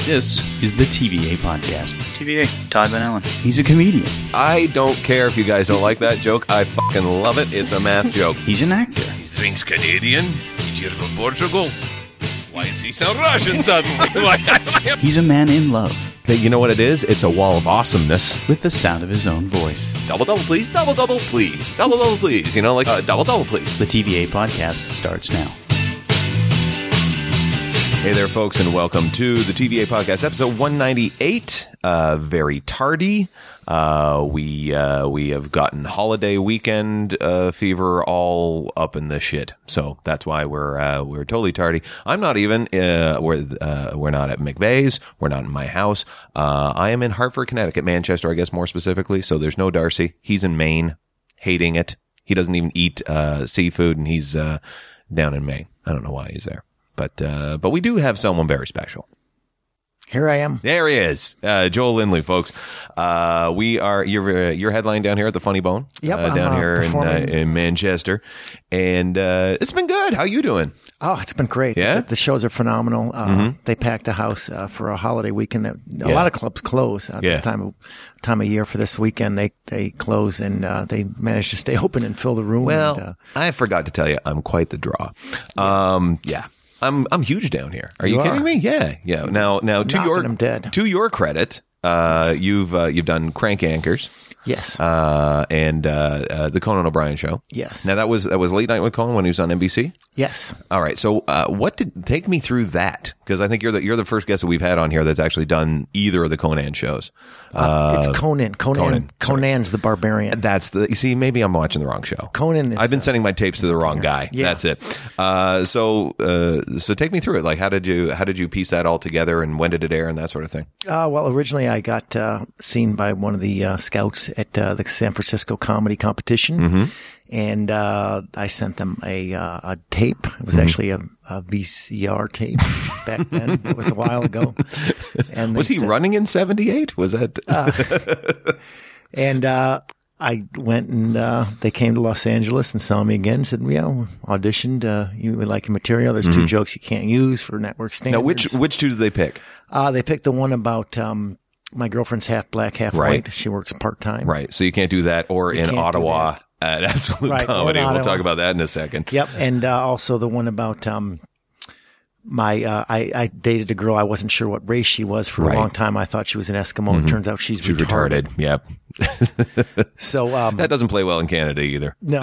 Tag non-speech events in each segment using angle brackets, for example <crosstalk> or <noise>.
This is the TVA podcast. TVA, Todd Van Allen. He's a comedian. I don't care if you guys don't like that joke. I fucking love it. It's a math joke. He's an actor. He thinks Canadian. He's here from Portugal. Why does he sound Russian suddenly? <laughs> Why- He's a man in love But you know what it is? It's a wall of awesomeness. with the sound of his own voice. Double, double, please. Double, double, please. Double, double, please. You know, like uh, double, double, please. The TVA podcast starts now. Hey there, folks, and welcome to the TVA podcast, episode 198. Uh, very tardy. Uh, we uh, we have gotten holiday weekend uh, fever all up in the shit, so that's why we're uh, we're totally tardy. I'm not even uh, we're uh, we're not at McVeigh's. We're not in my house. Uh, I am in Hartford, Connecticut, Manchester, I guess more specifically. So there's no Darcy. He's in Maine, hating it. He doesn't even eat uh, seafood, and he's uh, down in Maine. I don't know why he's there, but uh, but we do have someone very special. Here I am. There he is, uh, Joel Lindley, folks. Uh, we are your uh, your headline down here at the Funny Bone, Yep, uh, I'm, down uh, here in, uh, performing. in Manchester, and uh, it's been good. How you doing? Oh, it's been great. Yeah? Mm-hmm. The, the shows are phenomenal. Uh, They packed the house uh, for a holiday weekend. That a lot of clubs close uh, Yeah. this time of time of year for this weekend. They they close and uh, they managed to stay <laughs> open and fill the room. Well, and, uh, I forgot to tell you, I'm quite the draw. Um, yeah. I'm I'm huge down here. Are you, You kidding are. me? Yeah, yeah. Now now to Knocking your 'em dead. to your credit, uh, you've uh, you've done crank anchors. yes, uh, and uh, uh, the Conan O'Brien show. Yes. Now that was that was late night with Conan when he was on NBC. yes. All right. So uh, what did take me through that? Because I think you're the you're the first guest that we've had on here that's actually done either of the Conan shows. Uh, it's Conan. Conan. Conan, sorry. Conan's the barbarian. That's the you see maybe I'm watching the wrong show. Conan is, I've been uh, sending my tapes to the wrong guy. Yeah. That's it. Uh, so uh, so take me through it. Like how did you how did you piece that all together and when did it air and that sort of thing? Uh, well, originally I got uh, seen by one of the uh, scouts at uh, the San Francisco Comedy Competition, Mm-hmm. and uh, I sent them a uh, a tape. It Mm-hmm. was actually a, a VCR tape <laughs> back then. it was a while ago. And they Was he sent- running in '78? Was that Uh, And uh, I went and uh, they came to Los Angeles and saw me again. Said, "Yeah, we auditioned. Uh, you would like your material? There's two jokes you can't use for <laughs> network Mm-hmm. now? standards." Which which two did they pick? Uh, they picked the one about um, my girlfriend's half black, half Right. white. She works part time. Right. So you can't do that or in can't do Ottawa that. at Absolute Right, or in Comedy. We'll Ottawa. talk about that in a second. Yep, and uh, also the one about um, my uh, I, I dated a girl I wasn't sure what race she was for Right. a long time. I thought she was an Eskimo. It turns out she's, You're retarded. retarded. Yep. So um, That doesn't play well in Canada either. <laughs> no.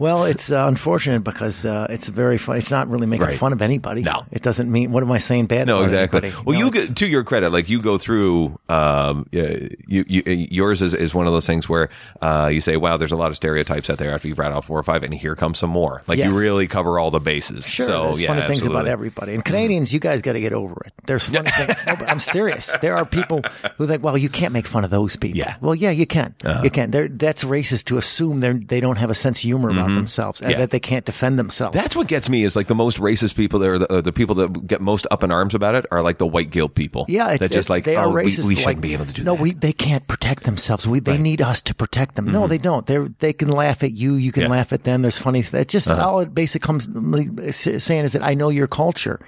well, it's uh, unfortunate because uh, it's very fun. It's not really making Right. fun of anybody. No. it doesn't mean. What am I saying bad? No, about exactly. anybody? Well, No, you it's- get, to your credit, like you go through, um, yeah, you, you, yours is, is one of those things where, uh, you say, wow, there's a lot of stereotypes out there after you've rattled off four or five and here comes some more. Like Yes. you really cover all the bases. Sure, so there's yeah, funny things about absolutely. Mm-hmm. everybody. And Canadians, you guys got to get over it. There's funny things. No, but I'm serious. There are people who think, well, you can't make fun of those people. Yeah. Uh-huh. Well, yeah, you can. You can. They're, that's racist to assume they they don't have a sense of humor about themselves and Mm-hmm. Yeah. that they can't defend themselves. That's what gets me is like the most racist people that are the, uh, the people that get most up in arms about it are like the white guilt people. yeah, it's, That just like, they are oh, we- racist. We, shouldn't like, be able to do no, that. we they can't protect themselves. We they need us to protect them. No, they don't. They they can laugh at you. You can Mm-hmm. Yeah. Uh-huh. laugh at them. There's funny. Th- it's just all it basically comes like, s- saying is that I know your culture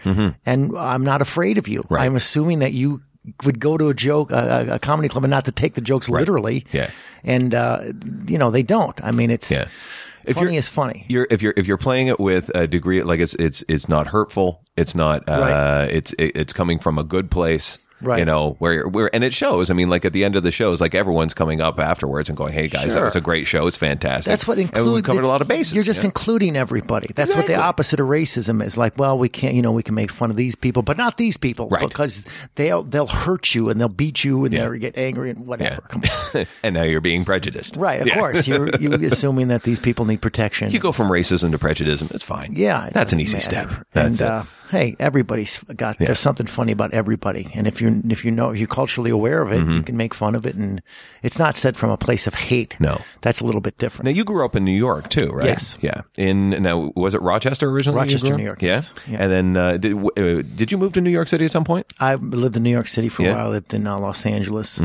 and I'm not afraid of you. Mm-hmm. Right. I'm assuming that you would go to a joke a, a- a comedy club and not to take the jokes literally. Yeah. and uh, you know they don't. I mean, it's Yeah. If funny you're- is funny. you're if you're if you're playing it with a degree like it's it's it's not hurtful it's not uh Right. it's it, it's coming from a good place you Right. know where where and it shows i mean like at the end of the shows like everyone's coming up afterwards and going hey guys that Sure. was a great show it's fantastic That's what and we includes. covered a lot of bases You're just yeah. including everybody. That's what Exactly. the opposite of racism is. Like, well, we can't, you know, we can make fun of these people, but not these people Right. because they'll they'll hurt you and they'll beat you and Yeah. they'll get angry and whatever. Come <laughs> on. and now you're being prejudiced Right, of Yeah. course. You're <laughs> you assuming that these people need protection. you go from racism to prejudice it's fine yeah, it that's an easy doesn't step matter. that's and it. uh, hey, everybody's got there's something funny about everybody, and if you if you know if you're culturally aware of it, Mm-hmm. you can make fun of it, and it's not said from a place of hate. No. that's a little bit different. Now you grew up in New York too, right? Yes. Yeah. In now was it Rochester originally? you Rochester, grew up? New York, Yeah. yes. Yeah. And then uh, did w- uh, did you move to New York City at some point? I lived in New York City for Yeah. Mm-hmm. a while. I lived in uh, Los Angeles.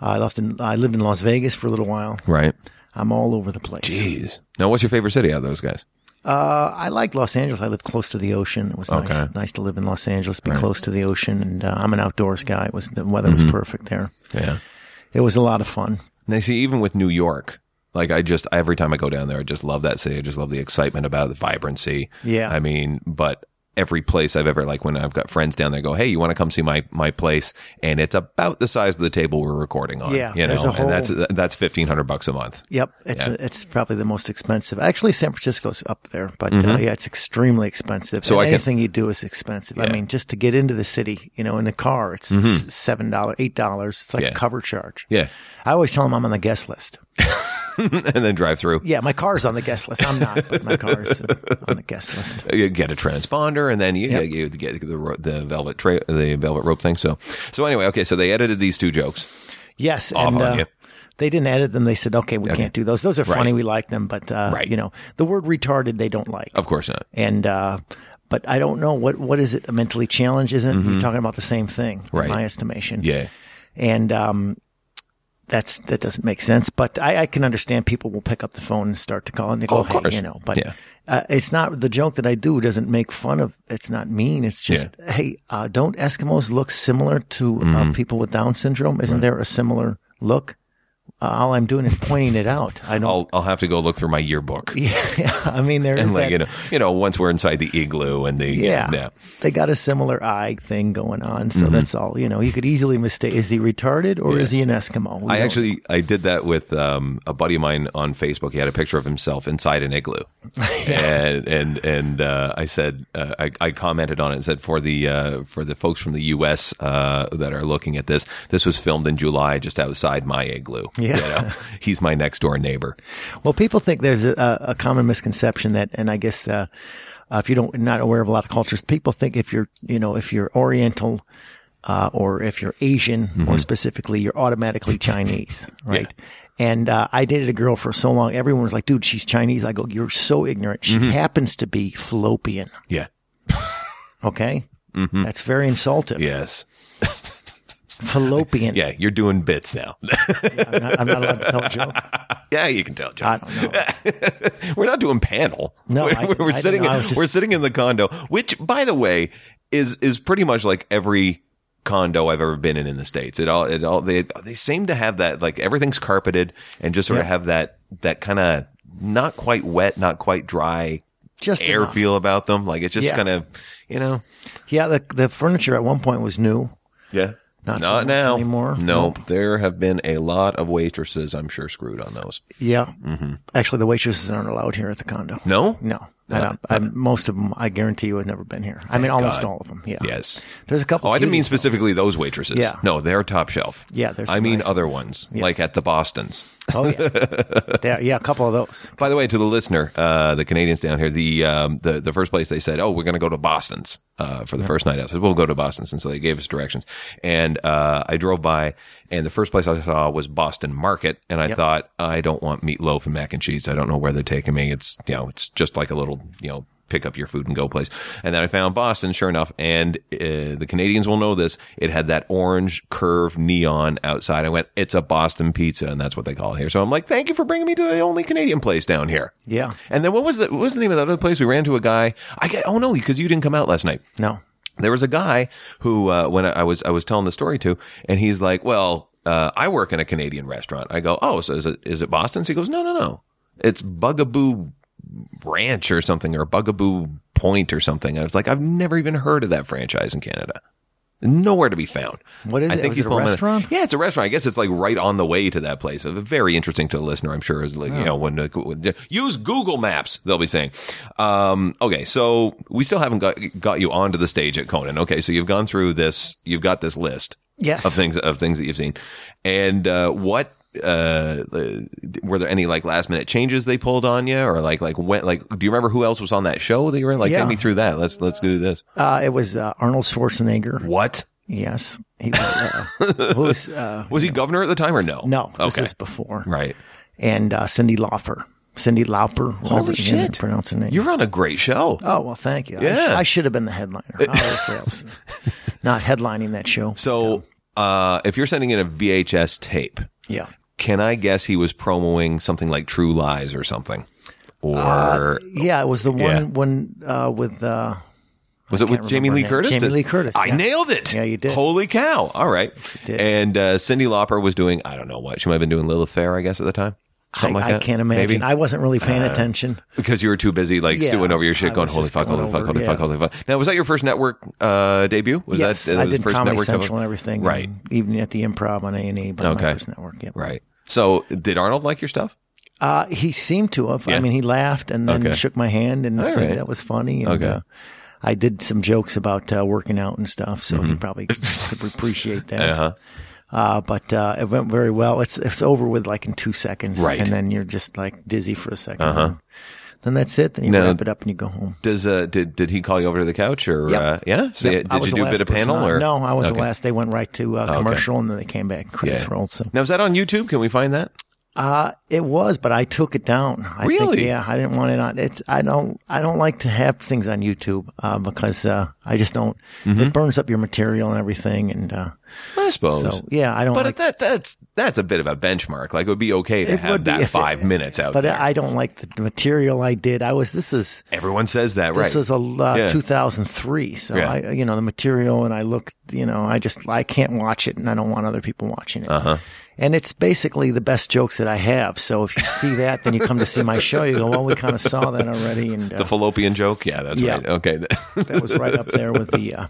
I left in, I lived in Las Vegas for a little while. Right. I'm all over the place. Jeez. Now, what's your favorite city out of those guys? Uh, I like Los Angeles. I live close to the ocean. It was Okay. nice, nice to live in Los Angeles, be close to the ocean, and uh, I'm an outdoors guy. It was the weather Mm-hmm. was perfect there. Yeah. It was a lot of fun. Now, see, even with New York, like I just every time I go down there, I just love that city. I just love the excitement about it, the vibrancy. Yeah. I mean, but every place I've ever like when I've got friends down there, go, hey, you want to come see my my place? And it's about the size of the table we're recording on. Yeah, you know, there's a and that's whole- that's fifteen hundred bucks a month. Yep, it's Yeah. it's probably the most expensive. Actually, San Francisco's up there, but uh, yeah, it's extremely expensive. Mm-hmm. So And I can- anything you do is expensive. I Yeah. Mm-hmm. mean, just to get into the city, you know, in a car, it's s- seven dollars, eight dollars. It's like Yeah. a cover charge. Yeah, <laughs> I always tell them I'm on the guest list. and then drive through. Yeah, my car's on the guest list. I'm not, but my car is uh, on the guest list. you get a transponder and then you, Yep. you get the ro- the velvet tra- the velvet rope thing so so anyway okay so they edited these two jokes Yes, Off and uh, on you. they didn't edit them. They said, "Okay, we can't do those. Those are funny. We like them, but uh, Right. Oh. you know, the word retarded they don't like." of course not and uh, but I don't know what what is it? A mentally challenged isn't? it? You're talking about the same thing, Mm-hmm. Right. in my estimation. yeah and um, that's that doesn't make sense. But I, I can understand people will pick up the phone and start to call, and they go, Oh, of course. "Hey, you know." But Yeah. uh, it's not the joke that I do doesn't make fun of. It's not mean. It's just, hey, uh, don't Eskimos look similar to Mm-hmm. uh, people with Down syndrome? Isn't there a similar look? Uh, all I'm doing is pointing it out. I don't. I'll I'll have to go look through my yearbook <laughs> yeah, I mean, there Oh. is and like that. you know you know once we're inside the igloo and the Yeah. yeah Mm-hmm. They got a similar eye thing going on. So that's all, you know, you could easily mistake is he retarded or is he an Eskimo? We I don't- actually I did that with um, a buddy of mine on Facebook. He had a picture of himself inside an <laughs> igloo, and and and uh, I said uh, I, I commented on it and said for the uh, for the folks from the U.S. Uh, that are looking at this, this was filmed in July just outside my igloo. Yeah. know? he's my next door neighbor. Well, people think there's a, a common misconception that, and I guess, uh, uh, if you don't, not aware of a lot of cultures, people think if you're, you know, if you're Oriental, uh, or if you're Asian, more specifically, you're automatically Chinese, right? And, uh, I dated a girl for so long. Everyone was like, dude, she's Chinese. I go, you're so ignorant. She happens to be fallopian. Yeah. Okay. That's very insultive. Yes. Fallopian. <laughs> Yeah. You're doing bits now. <laughs> I'm not, I'm not allowed to tell a joke. yeah, you can tell. John. I don't know. <laughs> we're not doing panel. No, we're, I- we're I didn't sitting. know. I In, was just- We're sitting in the condo, which, by the way, is is pretty much like every condo I've ever been in in the states. It all it all they they seem to have that like everything's carpeted and just sort of Yeah. have that that kind of not quite wet, not quite dry Just air enough. feel about them. Like it's just Yeah. kind of you know Yeah, the the furniture at one point was new. yeah. Not so much now anymore. No, Nope. there have been a lot of waitresses. I'm sure screwed on those. Yeah. Actually, the waitresses aren't allowed here at the condo. Mm-hmm. No, Uh, No. I don't, I, most of them, I guarantee you, have never been here. I mean, almost all of them. Yeah. Yes. There's a couple. Oh, I didn't mean cuties, though. specifically those waitresses. Yeah. No, they're top shelf. Yeah, there's I some mean nice other ones, ones. Yeah. like at the Boston's. Oh yeah. <laughs> there, yeah, a couple of those. By the way, to the listener, uh, the Canadians down here, the um, the the first place they said, "Oh, we're going to go to Boston's uh, for the first night out." I said, "We'll go to Boston's," and so they gave us directions. And uh, I drove by, and the first place I saw was Boston Market, and I thought, "I don't want meatloaf and mac and cheese. I don't know where they're taking me. It's you know, it's just like a little you know." Pick up your food and go place, and then I found Boston. Sure enough, and uh, the Canadians will know this. It had that orange curved neon outside. I went, "It's a Boston pizza," and that's what they call it here. So I'm like, "Thank you for bringing me to the only Canadian place down here." Yeah. And then what was the what was the name of that other place? We ran to a guy. I get oh no, because you didn't come out last night. No. There was a guy who uh, when I, I was I was telling the story to, and he's like, well, uh, I work in a Canadian restaurant. I go, oh, so is it is it Boston's? He goes, no, no, no, it's Bugaboo Ranch or something or Bugaboo Point or something. And I was like, I've never even heard of that franchise in Canada. Nowhere to be found. What is I it? Think Was you it a pull 'em in- restaurant? yeah, it's a restaurant. I guess it's like right on the way to that place. Very interesting to the listener, I'm sure. Is like Oh. you know when uh, when- use Google Maps, they'll be saying. Um, okay, so we still haven't got got you onto the stage at Conan. Okay, so you've gone through this. You've got this list Yes. of things of things that you've seen, and uh, what uh were there any like last minute changes they pulled on you or like like when like do you remember who else was on that show that you were in? like Yeah. take me through that let's let's do this Uh, it was uh, Arnold Schwarzenegger. what Yes. He was. Uh, <laughs> who was uh, was he governor at the time or no no, this okay is before. right And uh, Cindy Lauper. Cindy Lauper. whatever you shit. Pronounce her name. you're on a great show Oh well, thank you. I sh- Yeah. I, should have been the headliner. Obviously, I <laughs> was not headlining that show. So, uh, if you're sending in a VHS tape, yeah, can I guess he was promoting something like True Lies or something? or Yeah, it was the one Yeah. when uh, with uh, was it can't with Jamie remember Lee her name. Curtis? Jamie Did- Lee Curtis, I yeah. nailed it. Yeah, you did. Holy cow! All right. did. And uh, Cindy Lauper was doing I don't know what she might have been doing Lilith Fair I guess at the time. I, Something like I that. can't imagine. Maybe. Uh, I wasn't really paying attention. because you were too busy like Yeah, stewing over your shit, I going was holy just fuck, going holy fuck, over, holy yeah. fuck, holy fuck. Now was that your first network uh, debut? Was yes, that uh, I was the did first Comedy network cover? Central and everything. Right. and Even at the Improv on A and E, but Okay. my first network. Yeah. Right. So did Arnold like your stuff? Uh, he seemed to have. Yeah. I mean, he laughed and then Okay. shook my hand and said right. that was funny. And, Okay. Uh, I did some jokes about uh, working out and stuff, so he probably could <laughs> appreciate that. Mm-hmm. Uh-huh. Uh, but uh, it went very well. It's it's over with like in two seconds, Right. Uh-huh. And then you're just like dizzy for a 2nd Then that's it. Then you No. wrap it up and you go home. Does uh did did he call you over to the couch or Yep. uh, yeah? So Yep, yeah, I did you was the do a bit last of person panel on. or No, I was Okay. Oh, the last. They went right to uh, commercial and then they came back. Credits Yeah. rolled. So Now is that on YouTube? Can we find that? uh, it was, but I took it down. I Really? Think, yeah, I didn't want it on. It's I don't I don't like to have things on YouTube uh, because uh, I just don't. Mm-hmm. It burns up your material and everything. And uh, I suppose. so yeah, I don't. but uh, like, that that's that's a bit of a benchmark. Like it would be okay to It have would be that if it- five minutes out but there. I don't like the material I did. I was this is Everyone says that, right? This was a uh, Yeah. 2003, so Yeah. I, you know, the material, and I looked, you know, I just I can't watch it, and I don't want other people watching it. Uh-huh. And it's basically the best jokes that I have. So if you see that, then you come to see my show, you go, well, we kind of saw that already, and uh, the fallopian joke. Yeah, that's Yeah. right. Okay, <laughs> that was right up there with the uh,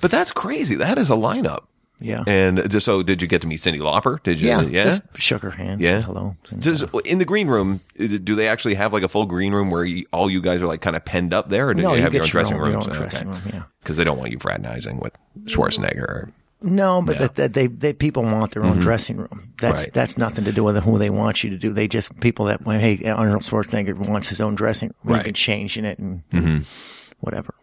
but that's crazy. That is a lineup. yeah, And just, so, did you get to meet Cindy Lauper? Did you? yeah, yeah. Just shook her hand, Yeah. said hello. and, Does- in the green room, is it- do they actually have like a full green room where you, all you guys are like kind of penned up there, or do no, you you have get your own dressing your room? own dressing room, yeah. Because they don't want you fraternizing with Schwarzenegger. <laughs> Or, No, but that, that they, they people want their own dressing room. That's Mm-hmm. Right. that's nothing to do with who they want you to do. They just people that well, hey Arnold Schwarzenegger wants his own dressing room. Right. Mm-hmm. You can change in it and whatever.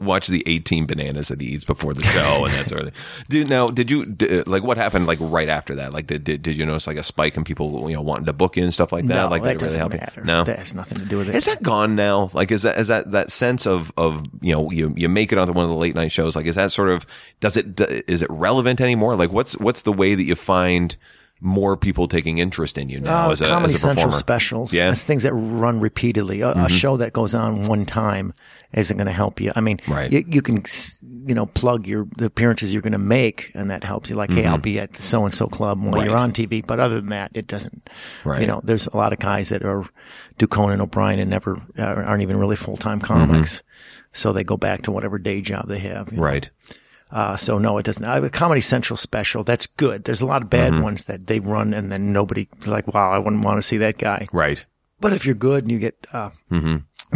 watch the eighteen bananas that he eats before the show and that sort <laughs> of thing. Did, now, did you d like what happened like right after that? Like, did, did did you notice like a spike in people you know wanting to book you and stuff like <laughs> that? no, like that they doesn't helped you? matter. No, that has nothing to do with it. Is that gone now? Like, is that is that that sense of of you know you you make it onto one of the late night shows? Like, is that sort of does it d- is it relevant anymore? Like, what's what's the way that you find more people taking interest in you now Uh, as a Comedy as a Central performer? specials. Yeah. Mm-hmm. It's things that run repeatedly. A, a show that goes on one time isn't going to help you. I mean, Right. you, you can, s- you know, plug your the appearances you're going to make, and that helps you. Like, hey, I'll be at the so and so club while you're Mm-hmm. Right. on TV. But other than that, it doesn't. Right. You know, there's a lot of guys that are do Conan O'Brien and never uh, aren't even really full time Mm-hmm. comics. So they go back to whatever day job they have. you know. Right. Uh, so no, it doesn't. I have a Comedy Central special. That's good. There's a lot of Mm-hmm. bad ones that they run and then nobody like, wow, I wouldn't want to see that guy. Right. But if you're good and you get, uh,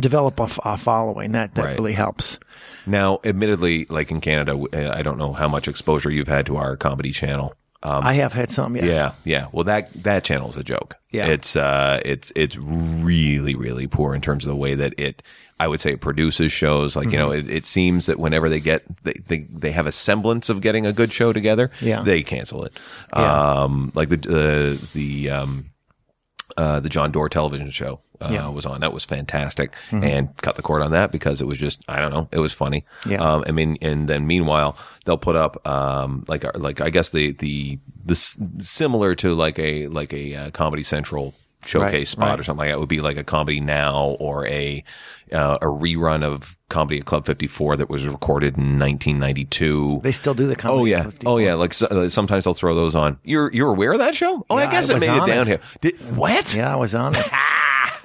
develop a, f- a following, that, that Mm-hmm. Right. really helps. Now, admittedly, like in Canada, w- uh, I don't know how much exposure you've had to our comedy channel. I have had some, yes. Um, Yeah, yeah. Well, that that channel's a joke. Yeah. it's uh, it's it's really really poor in terms of the way that it. I would say it produces shows. Like you know, Mm-hmm. it, it seems that whenever they get they, they they have a semblance of getting a good show together, Yeah. they cancel it. Yeah. Um, like the uh, the um. Uh, the John Doerr television show uh, Yeah. Mm-hmm. was on. That was fantastic, and cut the cord on that because it was just I don't know, it was funny. Yeah. Um, I mean, and then meanwhile they'll put up um, like like I guess the the the s- similar to like a like a uh, Comedy Central showcase Right, spot right. or something like that would be like a Comedy Now or a uh, a rerun of Comedy at Club Fifty Four that was recorded in 1992. They still do the comedy. Oh yeah, 50. oh yeah. Like so, uh, sometimes they'll throw those on. You're you're aware of that show? Oh, I Yeah, guess I it was made it on down it. here. Did, what? Yeah, I was on <laughs> it.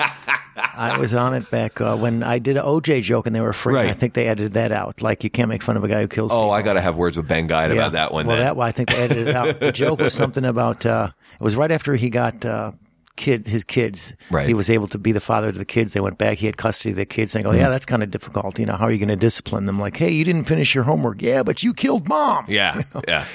I was on it back uh, when I did an OJ joke and they were afraid. Right. I think they edited that out. Like, you can't make fun of a guy who kills Oh, people. I got to have words with Ben Guide about that one. Well, then. that one I think they edited it out. <laughs> The joke was something about uh, it was right after he got uh, kid his kids. Right. He was able to be the father to the kids. They went back. He had custody of the kids. And I go, Mm-hmm. yeah, that's kind of difficult. You know, how are you going to discipline them? Like, hey, you didn't finish your homework. Yeah, but you killed mom. <laughs> yeah, yeah,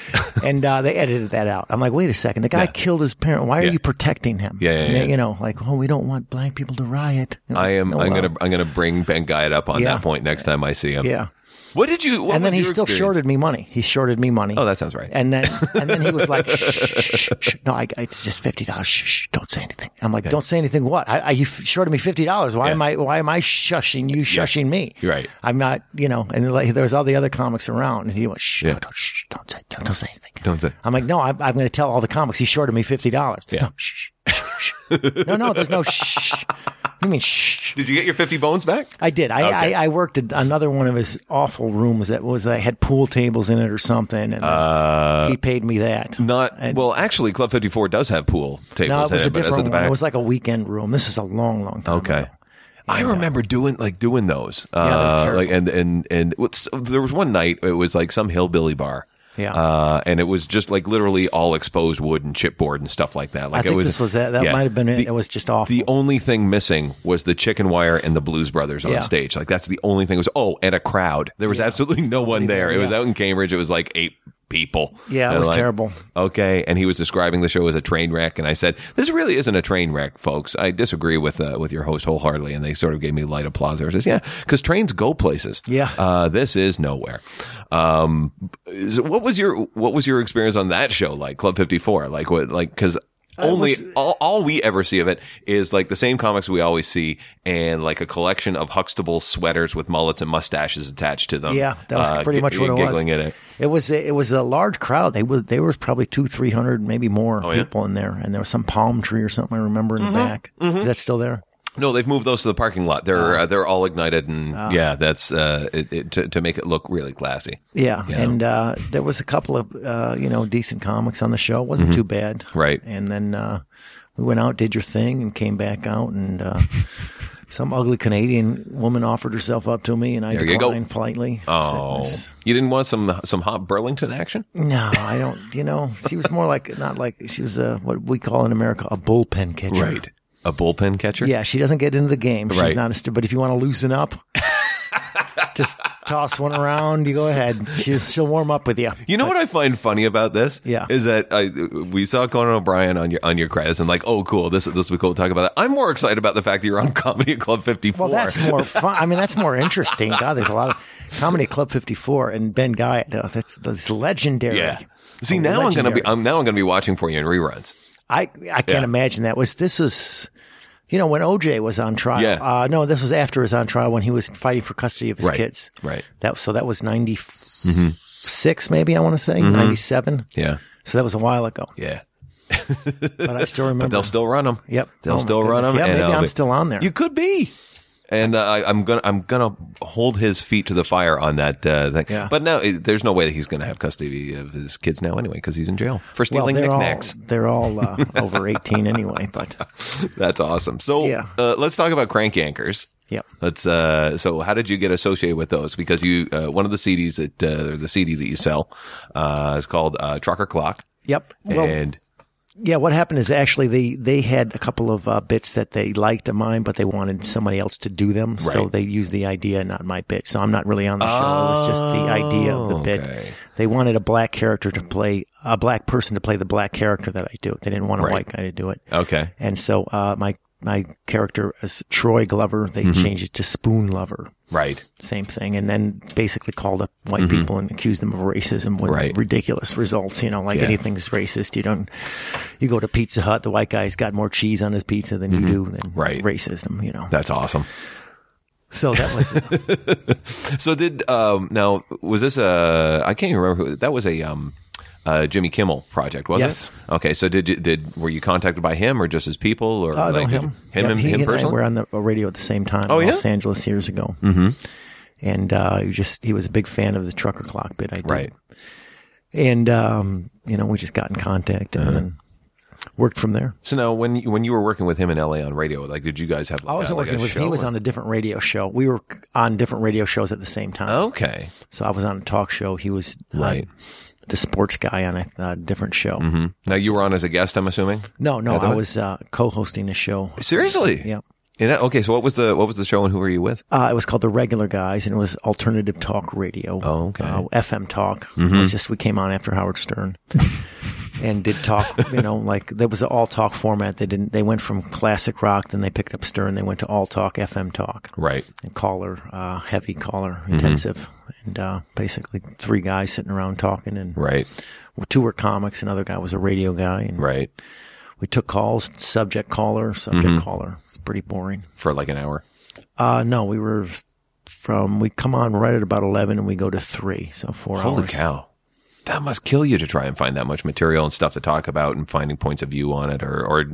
And uh, they edited that out. I'm like, wait a second. The guy killed his parent. Why are Yeah. you protecting him? Yeah, yeah, And they- yeah. You know, like, oh, we don't want black people to riot. I am. No, I'm well, gonna. I'm gonna bring Ben Guide up on Yeah. that point next time I see him. Yeah. What did you? What and then was he your still experience? shorted me money. He shorted me money. Oh, that sounds right. And then and then he was like, shh, shh, shh, shh. no, I, it's just fifty dollars. Shh, shh, don't say anything. I'm like, don't say anything. What? I, I, you shorted me fifty dollars. Why am I? Why am I shushing you? Shushing me? You're right. I'm not. You know. And like, there was all the other comics around, and he went, shh, Yeah. no, don't, shh, don't say, don't, don't say anything. Don't say- I'm like, no, I'm, I'm going to tell all the comics he shorted me fifty dollars. Yeah. No, shh, shh, shh, shh. No, no, there's no shh. What do you mean shh? Did you get your 50 bones back? I did. I, Okay. I, I worked at another one of his awful rooms that was that had pool tables in it or something, and uh, he paid me that. Not well. Actually, Club 54 does have pool tables No, it was in it, but that's a at different the one. back. It was like a weekend room. This is a long, long time. Okay. I remember doing like doing those. they're Uh, terrible. like and and and what's there was one night it was like some hillbilly bar. Yeah. Uh, and it was just like literally all exposed wood and chipboard and stuff like that. Like I it think was this was that. That yeah. might have been it. The- it was just awful. the only thing missing was the chicken wire and the blues brothers on Yeah. stage. Like that's the only thing was oh, and a crowd. There was absolutely no one there. It was yeah. out in Cambridge. It was like eight people. Yeah, it And was like, terrible. Okay, and he was describing the show as a train wreck and I said, "This really isn't a train wreck, folks. I disagree with uh, with your host wholeheartedly." And they sort of gave me light applause. There I says, "Yeah, cuz trains go places." Yeah. Uh, this is nowhere. Um, is- what was your what was your experience on that show like Club 54? Like what like cuz only was- all, all we ever see of it is like the same comics we always see and like a collection of Huxtable sweaters with mullets and mustaches attached to them. Yeah, that was Uh, pretty gi- much what it was. giggling at it. It was a, it was a large crowd. They was there was probably two, three hundred, maybe more Oh, yeah? Mm-hmm. people in there, and there was some palm tree or something. I remember in the back. Is that still there? No, they've moved those to the parking lot. They're Ah. uh, they're all ignited and yeah, that's uh it, it, to, to make it look really classy. Yeah, and uh, there was a couple of uh, you know decent comics on the show. It wasn't too bad, Mm-hmm. Right. And then uh, we went out, did your thing, and came back out, <laughs> and uh, some ugly Canadian woman offered herself up to me, and I There you go. declined politely. Oh, Said, you didn't want some some hot Burlington action? No, I don't. You know, she was more like not like she was a, what we call in America a bullpen catcher. a bullpen catcher. Yeah, she doesn't get into the game. She's Right. not a st- but if you want to <laughs> loosen up, just toss one around. You go ahead. She'll, she'll warm up with you. You know what I find funny about this? Yeah. is that I we saw Conan O'Brien on your on your credits and like, oh, cool, this this will be cool to talk about. That. I'm more excited about the fact that you're on <laughs> Comedy Club 54. Well, that's more fun. I mean, that's more interesting. God, there's a lot of comedy club 54 and Ben Guy. No, that's that's legendary. yeah. See, now I'm gonna Legendary. be I'm now I'm gonna be watching for you in reruns. I I can't Yeah. imagine that was this was. You know, when OJ was on trial, Yeah. uh, no, this was after his on trial when he was fighting for custody of his Right. kids. Right. Mm-hmm. That so that was ninety maybe I want to say ninety seven. Yeah, So that was a while ago, yeah. but <laughs> I still remember. They'll still run them. Yep. They'll Oh, my still run goodness. them. Yeah, maybe I'm still on there. You could be. And uh, I, I'm gonna I'm gonna hold his feet to the fire on that uh, thing. Yeah. But no, it- there's no way that he's gonna have custody of his kids now anyway because he's in jail for well, stealing they're all, knickknacks. they're all uh, over eighteen anyway, but That's awesome. So Yeah. uh, let's talk about crank anchors. Yep. Let's. Uh, so how did you get associated with those? Because you uh, one of the CDs that uh, or the CD that you sell uh, is called uh, Trucker Clock. yep. Well, and Yeah, what happened is actually they they had a couple of uh, bits that they liked of mine, but they wanted somebody else to do them, so Right. they used the idea, not my bit. So I'm not really on the show; it was just the idea of the bit. Oh, okay. They wanted a black character to play a black person to play the black character that I do. They didn't want a Right. Oh. white guy to do it, okay, and so uh, my my character is Troy Glover. They Mm-hmm. changed it to Spoon Lover right. same thing, and then basically called up white people and accused them of racism with Mm-hmm. Right. ridiculous results. You know, like Yeah. anything's racist. You don't. You go to Pizza Hut, the white guy's got more cheese on his pizza than you do. Then Mm-hmm. Right. racism. You know. That's awesome. so that <laughs> was So did um now was this a I can't even remember who that was a um uh Jimmy Kimmel project was Yes. it? Okay, so did you, did were you contacted by him or just his people or oh, no, like, him. him Yeah, him, he him and I personally? were on the radio at the same time. Oh, in yeah? Los Angeles years ago. Mm-hmm. And uh, he just he was a big fan of the trucker clock bit I did. Right. And um, you know, we just got in contact Uh-huh. and then worked from there. So now when you, when you were working with him in LA on radio, like did you guys have like, I wasn't uh, like working a with. show He was or- on a different radio show. We were on different radio shows at the same time. Okay. So I was on a talk show. He was uh, Oh. Right. Mm-hmm. the sports guy on a uh, different show. Hmm. Now you were on as a guest, I'm assuming? No, no, Another I one? was uh, co-hosting a show. Seriously? Yeah. And that- okay, so what was the what was the show and who were you with? Uh, it was called the Regular Guys, and it was alternative talk radio. Oh, okay. Mm-hmm. Uh, FM talk. It was just we came on after Howard <laughs> Stern. And did talk, you know, like there was an all talk format. They didn't. They went from classic rock, then they picked up Stern. They went to all talk, FM talk. Right. and caller, uh, heavy caller, Mm-hmm. intensive, and uh, basically three guys sitting around talking, and Right. two were comics, another guy was a radio guy, and Right. we took calls, subject caller, subject Mm-hmm. caller. It's pretty boring. For like an hour. Uh, no, we were from we come on right at about eleven, and we go to three, so four Holy hours. cow. that must kill you to try and find that much material and stuff to talk about and finding points of view on it. Or, or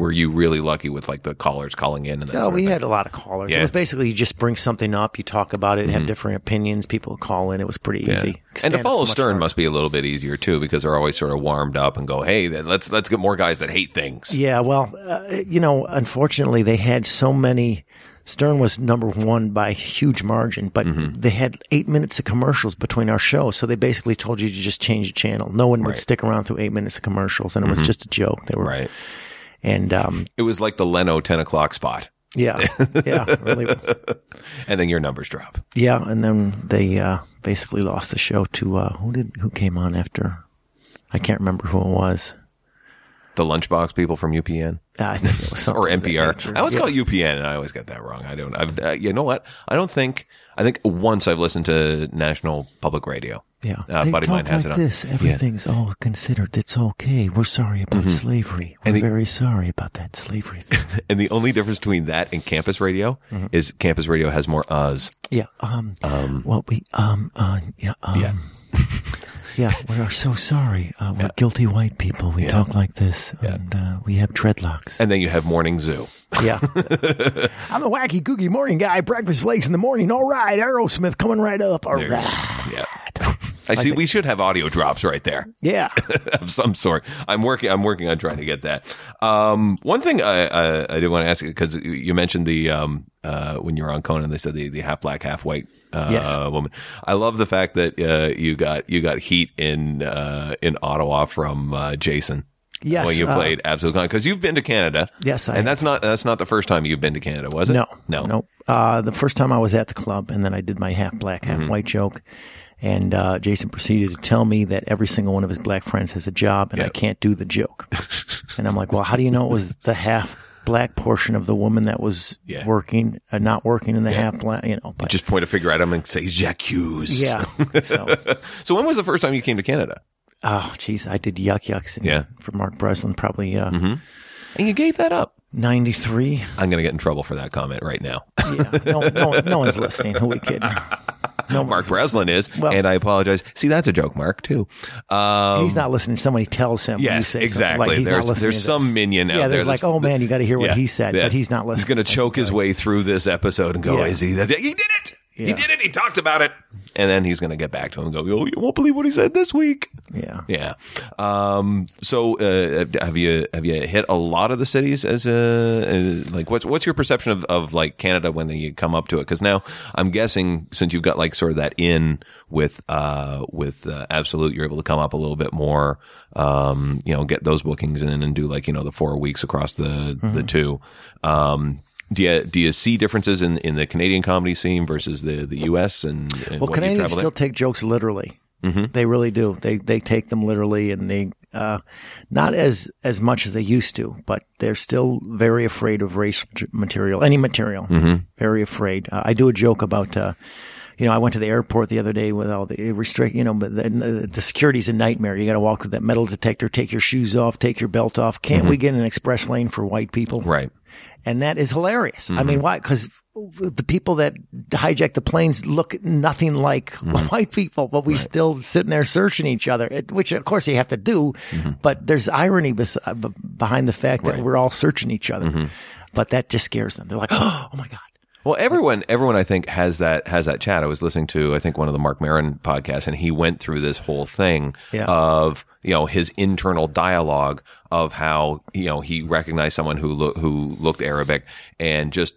were you really lucky with like the callers calling in and that? Oh, sort of we thing? had a lot of callers. Yeah. Mm-hmm. It was basically you just bring something up, you talk about it, have different opinions, people call in. It was pretty easy. And to Stand-up's follow much Stern harder. must be a little bit easier too, because they're always sort of warmed up and go, "Hey, then let's let's get more guys that hate things." Yeah, well, uh, you know, unfortunately, they had so many. Stern was number one by a huge margin, but Mm-hmm. they had eight minutes of commercials between our shows. So they basically told you to just change the channel. No one would stick around through eight minutes of commercials, and it was just a joke. They were Mm-hmm. Right. and um, It was like the Leno ten o'clock spot, <laughs> yeah, yeah, really, and then your numbers drop. yeah. And then they uh, basically lost the show to uh, who did who came on after? I can't remember who it was. The lunchbox people from UPN Uh, I think it was something <laughs> or of that NPR. nature. I always Yeah. call it UPN, and I always get that wrong. I don't. I've, uh, you know what? I don't think. I think once I've listened to National Public Radio. Yeah, uh, buddy of mine has it on. this. Everything's all considered. It's okay. We're sorry about Mm-hmm. slavery. We're very sorry about that slavery thing. <laughs> And the only difference between that and campus radio Mm-hmm. is campus radio has more uhs. yeah. Um. What we. Um. Uh, yeah. Um, yeah. we are so sorry. Uh, we're guilty white people. We talk like this, and uh, we have dreadlocks. And then you have morning zoo. <laughs> yeah, I'm a wacky googie morning guy. Breakfast flakes in the morning. All right, Aerosmith coming right up. All There you go. Yeah. <laughs> I see. we should have audio drops right there. Yeah, <laughs> of some sort. I'm working. I'm working on trying to get that. Um, one thing I, I, I did want to ask because you mentioned the um, uh, when you were on Conan, they said the, the half black, half white uh, Yes. woman. I love the fact that uh, you got you got heat in uh, in Ottawa from uh, Jason. Yes, when you uh, played Absolute Conan because you've been to Canada. Yes, and I have. that's not that's not the first time you've been to Canada, was it? No, no, no. Uh, the first time I was at the club, and then I did my half black, half Mm-hmm. white joke, and uh, Jason proceeded to tell me that every single one of his black friends has a job, and I Yeah. can't do <laughs> the joke. and I'm like, well, how do you know it was the half black portion of the woman that was Yeah. working, uh, not working in the half black? You know, but Just point a figure at him and say Jacques. <laughs> yeah. so, So when was the first time you came to Canada? oh, jeez, I did yuck yucks in, Yeah. Mm-hmm. for Mark Breslin probably uh, And you gave that up. 93. I'm going to get in trouble for that comment right now. Yeah, no, no, no one's listening. Who are we kidding? No, Mark one's Breslin is, Well- and I apologize. See, that's a joke, Mark, too. Um, he's not listening. Somebody tells him. when you yes, say something, exactly. Like, he's There's- not listening there's to some this. minion out yeah, there there's like, that's- oh man, you got to hear what yeah, he said, yeah. but he's not He's listening. going to choke his way through this episode and go, Yeah. is he? That, he did it! He Yeah. did it! He talked about it! And then he's going to get back to him and go, oh, you won't believe what he said this week. yeah. Yeah. Um, so, uh, have you have you hit a lot of the cities as a uh, like? What's what's your perception of, of like Canada when you come up to it? Because now I'm guessing since you've got like sort of that in with uh, with uh, Absolute, you're able to come up a little bit more. Um, you know, get those bookings in and do like you know the four weeks across the Mm-hmm. the two. Um, do you, do you see differences in, in the Canadian comedy scene versus the, the U.S. and, and Well, what you Canadians travel Mm-hmm. in? still take jokes literally. They really do. They they take them literally, and they uh, not as as much as they used to, but they're still very afraid of racial j- material, any material. Mm-hmm. Very afraid. Uh, I do a joke about. Uh, you know, I went to the airport the other day with all the restrict. You know, but the, the security's a nightmare. You got to walk through that metal detector, take your shoes off, take your belt off. Can't we get an express lane for white people? Mm-hmm. right. and that is hilarious. I mean, why? Because the people that hijack the planes look nothing like <laughs> white people, but we still sitting there searching each other, it- which of course you have to do. But there's irony bes- uh, b- behind the fact that we're all searching each other. But that just scares them. They're like, <gasps> oh my god. Well, everyone, everyone, I think has that has that chat. I was listening to, I think, one of the Mark Maron podcasts, and he went through this whole thing Yeah. of you know his internal dialogue of how you know he recognized someone who lo- who looked Arabic and just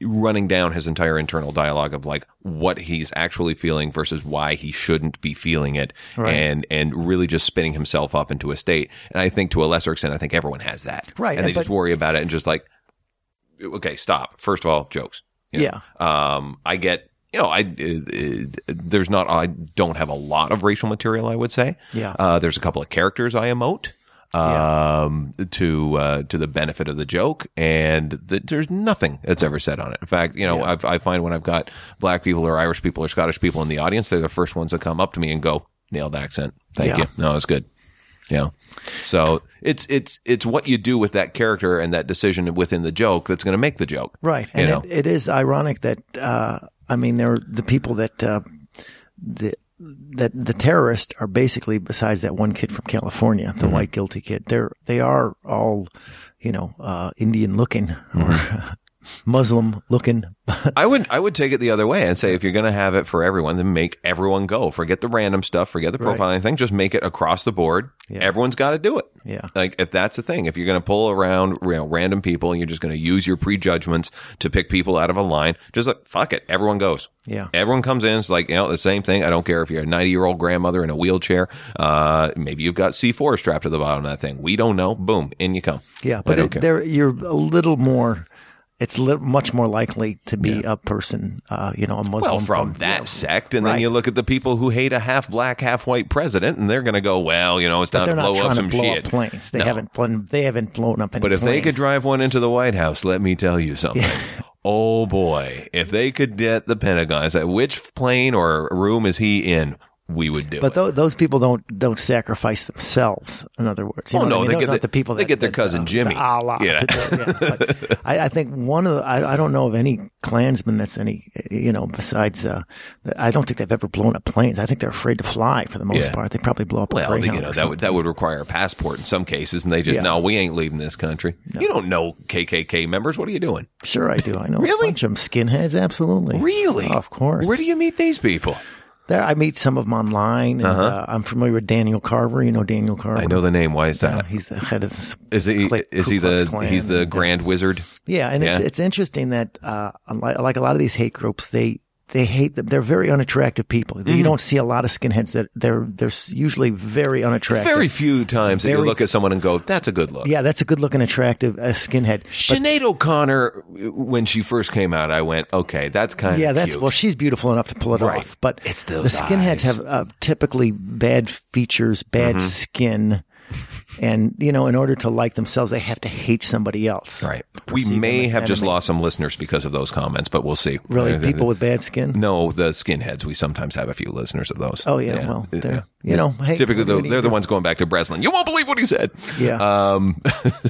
running down his entire internal dialogue of like what he's actually feeling versus why he shouldn't be feeling it and and really just spinning himself up into a state and i think to a lesser extent i think everyone has that Right, and they and- just but- worry about it and just like okay, stop. First of all, jokes. You know? Um, I get, you know, I uh, uh, there's not, I don't have a lot of racial material. I would say. Yeah. Uh, there's a couple of characters I emote. Um, to uh, to the benefit of the joke, and th there's nothing that's ever said on it. In fact, you know, I've, I find when I've got black people or Irish people or Scottish people in the audience, they're the first ones that come up to me and go, "Nailed accent, thank Yeah. you." No, it's good. Yeah. So it's it's it's what you do with that character and that decision within the joke that's going to make the joke. Right. You And know. it, it is ironic that, uh, I mean, there are the people that, uh, the, that the terrorists are basically, besides that one kid from California, Mm-hmm. the white guilty kid, they're they are all, you know, uh, Indian looking Mm-hmm. or <laughs> Muslim looking. <laughs> I would I would take it the other way and say if you're going to have it for everyone, then make everyone go. Forget the random stuff. Forget the profiling thing. Just make it across the board. Yeah. Everyone's got to do it. Yeah. Like if that's the thing, if you're going to pull around you know, random people and you're just going to use your prejudgments to pick people out of a line, just like fuck it, everyone goes. Yeah. Everyone comes in. It's like you know the same thing. I don't care if you're a 90 year old grandmother in a wheelchair. Uh, maybe you've got C4 strapped to the bottom of that thing. We don't know. Boom, in you come. Yeah, I but don't it, care. there you're a little more. It's li- much more likely to be a person, uh, you know, a Muslim Well, from that sect, and then Right. you look at the people who hate a half black, half white president, and they're going to go, "Well, you know, it's time to They're uh, not blow trying up to some blow shit." up planes. They No. haven't blown. They haven't blown up any. But if they could planes. drive one into the White House, let me tell you something. <laughs> Oh boy, if they could get the Pentagon, is that which plane or room is he in? We would do But it. tho- those people don't don't sacrifice themselves. In other words, you Oh, know no, what I mean? they those get aren't the- the people. they That, get their that, cousin uh, Jimmy. the Allah. Yeah. <laughs> to do it, yeah. But I, I think one of the, I, I don't know of any Klansman that's any you know besides uh, I don't think they've ever blown up planes. I think they're afraid to fly for the most Yeah. part. They probably blow up. a Well, Greyhound you know or that would that would require a passport in some cases, and they just Yeah. no, we ain't leaving this country. You don't know KKK members. What are you doing? Sure, I do. I know <laughs> Really? a bunch of them. Skinheads, absolutely. Really? Of course. Where do you meet these people? there, I meet some of them online. And, uh I'm familiar with Daniel Carver. You know Daniel Carver? Uh-huh. I know the name. Why is that? He's the head of this. Is he Kla- is Ku he Klux the Klan he's the and, uh, grand wizard? Yeah, and it's Yeah. it's interesting that uh, unlike, like a lot of these hate groups, they they hate them. They're very unattractive people. You don't see a lot of skinheads that they're they're s- usually very Mm-hmm. It's unattractive. very few times that you Very- look at someone and go, "That's a good look." yeah, that's a good looking, attractive uh, skinhead. Sinead O'Connor, when she first came out, I went, "Okay, that's kind of Yeah, that's cute. well, she's beautiful enough to pull it Right. off. But It's the those eyes. Mm-hmm. skinheads have uh, typically bad features, bad skin, and you know, in order to like themselves, they have to hate somebody else. right." We Perceive them may as have just enemy. lost some listeners because of those comments, but we'll see. Really, Uh, people with bad skin. no, the skinheads. We sometimes have a few listeners of those. Oh yeah, well, Yeah. they're you know, hey, typically what do the, you need they're the to- ones going back to Breslin. You won't believe what he said. Yeah. Um, <laughs>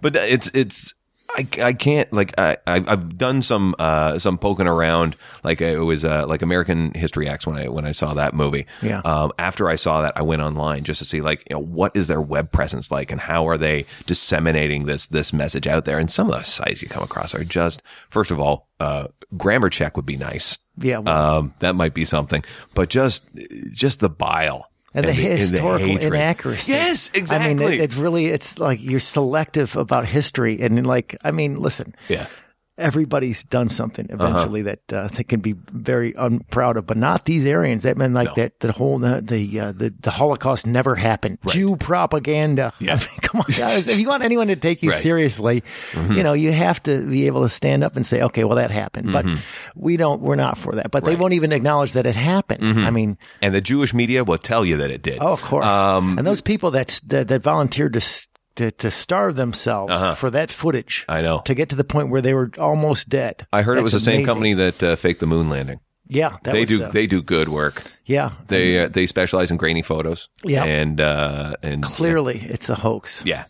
but it's it's I, I can't like I I've I've done some uh some poking around like it was uh like American History X when I when I saw that movie. Yeah. Um, after I saw that, I went online just to see like you know what is their web presence like and how are they disseminating this this message out there. And some of the sites you come across are just first of all, uh, grammar check would be nice. Yeah, well, Um, that might be something, but just just the bile and the hi- historical hatred. inaccuracy. Yes, exactly. I mean, it, it's really it's like you're selective about history, and like I mean, listen, yeah, Uh-huh. everybody's done something eventually that uh, they can be very unproud of, but not these Aryans. That meant like that the whole the the, uh, the the Holocaust never happened. Jew propaganda. I Yeah. mean, <laughs> come on, <laughs> guys. if you want anyone to take you Right. Mm-hmm. seriously, you know you have to be able to stand up and say, okay, well that happened, Mm-hmm. but we don't. We're not for that. But they won't even acknowledge that it happened. Mm-hmm. I mean. and the Jewish media will tell you that it did. Oh, of course. Um, and those people that's, that that volunteered to s- to, to starve themselves for that footage. Uh-huh. I know. To get to the point where they were almost dead. I heard it was That's the same amazing. company that uh, faked the moon landing. Yeah, that they was, do uh, they do good work. yeah, They uh, they specialize in grainy photos. Yeah. and uh, and clearly it's a hoax. yeah,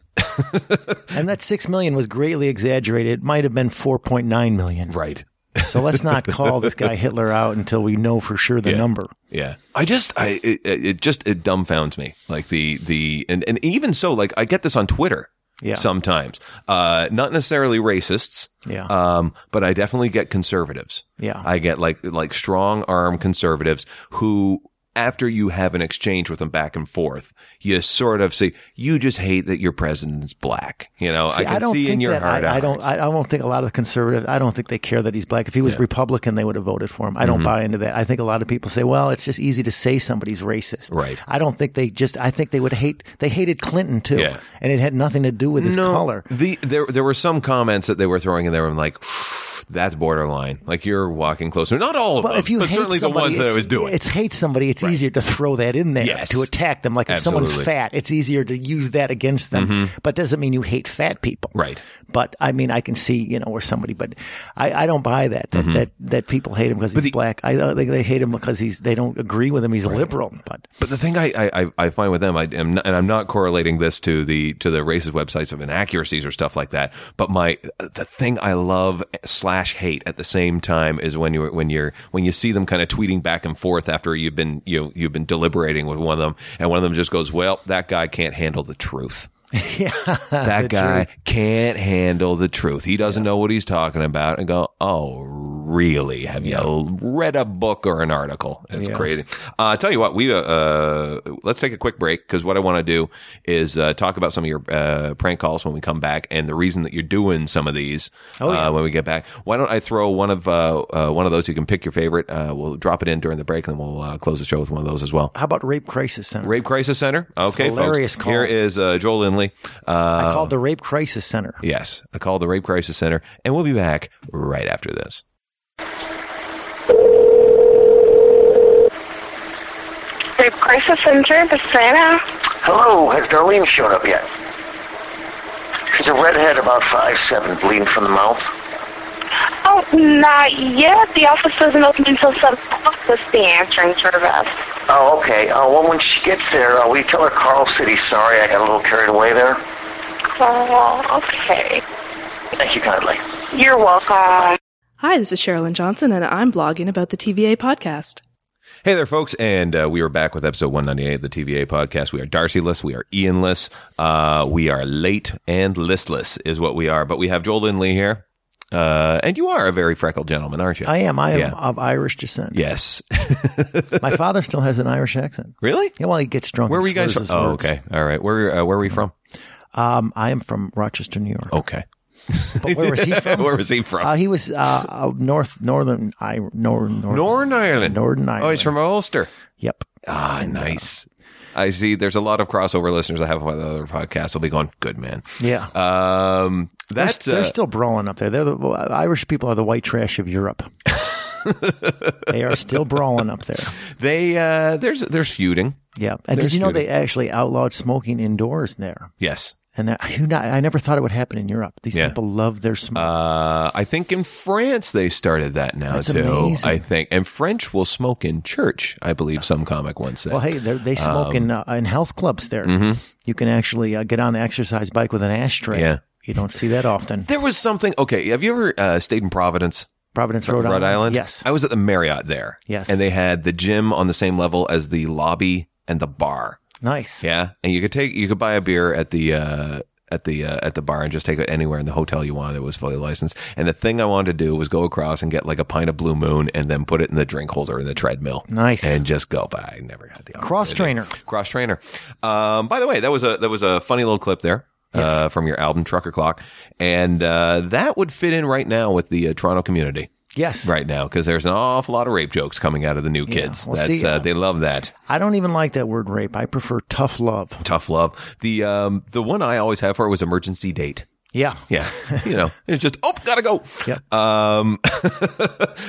And that six million was greatly exaggerated. It might have been four point nine million. right. So let's <laughs> not call this guy Hitler out until we know for sure the Yeah. number. Yeah, I just, I it, it just it dumbfounds me. Like the the and and even so, like I get this on Twitter. Yeah. sometimes uh, not necessarily racists. Yeah. um, but I definitely get conservatives. Yeah. I get like like strong arm conservatives who. After you have an exchange with them back and forth, you sort of say, "You just hate that your president's black." You know, I See, can don't see think in your that heart. I, I don't. hours. I, I don't think a lot of the conservatives. I don't think they care that he's black. If he was Republican, they would have voted for him. I don't Mm-hmm. buy into that. I think a lot of people say, "Well, it's just easy to say somebody's racist." Right. I don't think they just. I think they would hate. They hated Clinton too, Yeah. and it had nothing to do with his color. The there there were some comments that they were throwing in there. I'm like, that's borderline. Like you're walking closer. Not all of Well, them, if you but hate certainly somebody, the ones that I it's- was doing. It's hate somebody. It's easier to throw that in there Yes. to attack them. Like if someone's Absolutely. Mm-hmm. fat, it's easier to use that against them. But doesn't mean you hate fat people, Right. But I mean, I can see you know, or somebody. But I, I don't buy that Mm-hmm. that, that that people hate him because he's black. I don't think they hate him because he's they don't agree with him. He's liberal, but But the thing I, I, I- I find with them, I am, not, and I'm not correlating this to the to the racist websites of inaccuracies or stuff like that. But my the thing I love slash hate at the same time is when you when you're when you see them kind of tweeting back and forth after you've been you you you've been deliberating with one of them, and one of them just goes, "Well, that guy can't handle the truth." that guy can't handle the truth. He doesn't know what he's talking about, and go, "Oh, really? Have you read a book or an article?" It's crazy. Uh, I tell you what, we uh, uh, let's take a quick break because what I want to do is uh, talk about some of your uh, prank calls when we come back, and the reason that you're doing some of these Oh, uh, when we get back. Why don't I throw one of uh, uh, one of those? You can pick your favorite. Uh, we'll drop it in during the break, and then we'll uh, close the show with one of those as well. How about Rape Crisis Center? Rape Crisis Center. Okay, hilarious folks. call. Here is uh, Joel Inley. Uh, I called the Rape Crisis Center. Yes, a call to the Rape Crisis Center, and we'll be back right after this. Rape Crisis Center, this is Anna. Hello, has Darlene showed up yet? She's a redhead about five seven, bleeding from the mouth. Oh, not yet. The office doesn't open until 7 o'clock. This is the answering service. Oh, okay. Uh, well, when she gets there, uh, will you tell her Carl City sorry I got a little carried away there? Oh, okay. Thank you kindly. You're welcome. Hi, this is Sherilyn Johnson, and I'm blogging about the TVA podcast. Hey there, folks, and uh, we are back with episode 198 of the TVA podcast. We are Darcy less, we are Ian less, uh, we are late and listless is what we are, but we have Joel Lindley here, uh, and you are a very freckled gentleman, aren't you? I am. I am Yeah. of Irish descent. Yes. <laughs> My father still has an Irish accent. really? Yeah, well, he gets drunk. Where and were you guys from? slurs his Oh, words. okay. All right. Where uh, where were you <laughs> from? Um, I am from Rochester, New York. Okay. <laughs> But where was he from? where was he from? Uh, he was uh, uh, north northern I northern northern Northern Ireland. Northern Oh, he's Ireland. from Ulster. Yep. Ah, nice. I see. There's a lot of crossover listeners I have with other podcasts. Will be going, good man. Yeah. Um, they're, that's they're uh, still brawling up there. They're the Irish people are the white trash of Europe. <laughs> they are still brawling up there. they. Uh, there's there's feuding. Yeah. And did you know they actually outlawed smoking indoors there? Yes. And that, you know, I never thought it would happen in Europe. These Yeah. people love their smoke. Uh, I think in France they started that now That's too. amazing. I think, and French will smoke in church. I believe some comic once said. well, hey, they're- they smoke in um, uh, in health clubs there. You can actually uh, get on an exercise bike with an ashtray. mm-hmm. Yeah. You don't see that often. there was something. Okay, have you ever uh, stayed in Providence? Providence, Rhode, Rhode Island. Yes. I was at the Marriott there. Yes. and they had the gym on the same level as the lobby and the bar. nice. Yeah, and you could take you could buy a beer at the uh, at the uh, at the bar and just take it anywhere in the hotel you wanted. It was fully licensed. And the thing I wanted to do was go across and get like a pint of Blue Moon and then put it in the drink holder in the treadmill. Nice. and just go. But I never had the Cross trainer. cross trainer. Um, by the way, that was a that was a funny little clip there. Uh, from your album Trucker Clock, and uh, that would fit in right now with the uh, Toronto community Yes. right now because there's an awful lot of rape jokes coming out of the new kids. Well, That's see, uh, uh, they love that. I don't even like that word rape. I prefer tough love. tough love. The um the one I always have for it was emergency date. Yeah. <laughs> Yeah, you know, it's just oh, gotta go. Yep. Um, <laughs>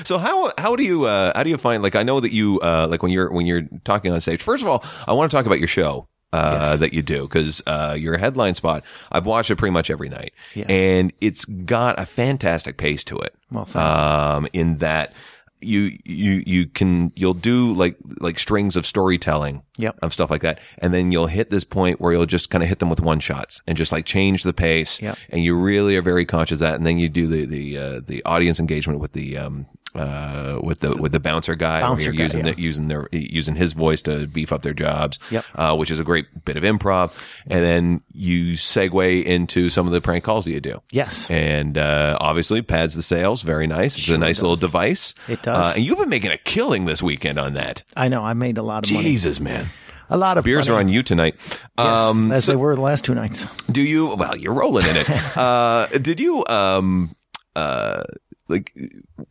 so how how do you uh, how do you find like I know that you uh, like when you're when you're talking on stage. First of all, I want to talk about your show. Uh, Yes. That you do because uh, your headline spot. I've watched it pretty much every night, Yes. and it's got a fantastic pace to it. Well, thanks. um, in that you you you can you'll do like like strings of storytelling Yep. of stuff like that. And then you'll hit this point where you'll just kind of hit them with one shots and just like change the pace. Yep. And you really are very conscious of that. And then you do the the uh, the audience engagement with the um uh with the with the bouncer guy. where Bouncer you're guy, using yeah. the, using their using his voice to beef up their jobs. Yep. Uh, which is a great bit of improv. And then you segue into some of the prank calls that you do. Yes. And uh, obviously pads the sales. Very nice. It's a nice little device. It Uh, does. and you've been making a killing this weekend on that. I know. I made a lot of money. Jesus, man. A lot of Beers are money. on you tonight. Yes, Um, as so they were the last two nights. do you? Well, you're rolling in <laughs> it. uh, did you? Um, uh, like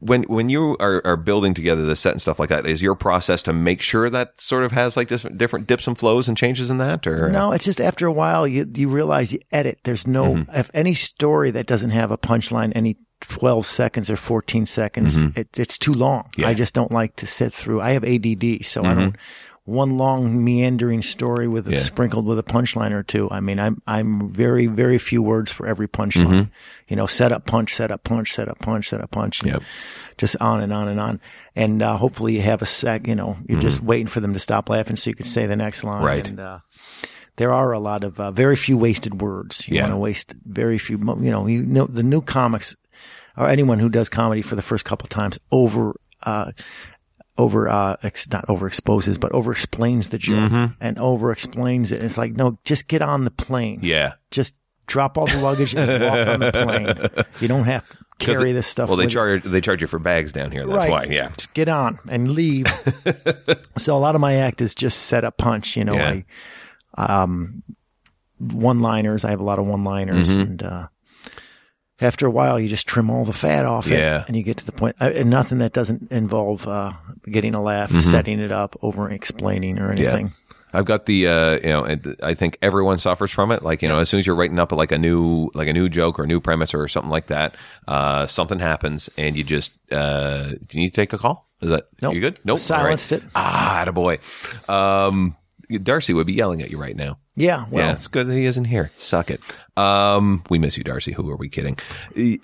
when when you are, are building together the set and stuff like that, is your process to make sure that sort of has like different different dips and flows and changes in that, or No, it's just after a while you you realize you edit. There's no Mm-hmm. if any story that doesn't have a punchline any 12 seconds or 14 seconds Mm-hmm. it, it's too long. I just don't like to sit through. I have ADD, so I don't Mm-hmm. one long meandering story with sprinkled with a punchline or two. I mean, I'm I'm very very few words for every punchline. Mm-hmm. You know, set up punch, set up punch, set up punch, set up punch. and Yep. Just on and on and on, and uh, hopefully you have a sec. You know, you're just waiting for them to stop laughing so you can say the next line. Mm-hmm. Right. And, uh, there are a lot of uh, very few wasted words. You Yeah. want to waste very few. mo- You know, you know the new comics or anyone who does comedy for the first couple times over uh, over uh ex- not overexposes but over explains the joke Mm-hmm. and over explains it. And it's like, no, just get on the plane. Yeah. Just drop all the luggage and walk on the plane. You don't have to <laughs> 'Cause carry they- this stuff. Well, they with you. charge they charge you for bags down here. That's Right. why. Yeah. Just get on and <laughs> leave. so a lot of my act is just set up punch. You know, Yeah. I um one liners. I have a lot of one liners, Mm-hmm. and uh, after a while, you just trim all the fat off Yeah. it, and you get to the point. Uh, and nothing that doesn't involve uh, getting a laugh, Mm-hmm. setting it up, over explaining or anything. I've got the uh, you know and I think everyone suffers from it. Like you know, as soon as you're writing up like a new like a new joke or a new premise or something like that, uh, something happens and you just uh, do you need to take a call? Is that Nope. you good? Nope. Silenced All right. it. Ah, attaboy. Um, Darcy would be yelling at you right now. Yeah, well, yeah, it's good that he isn't here. Suck it. Um, we miss you, Darcy. Who are we kidding?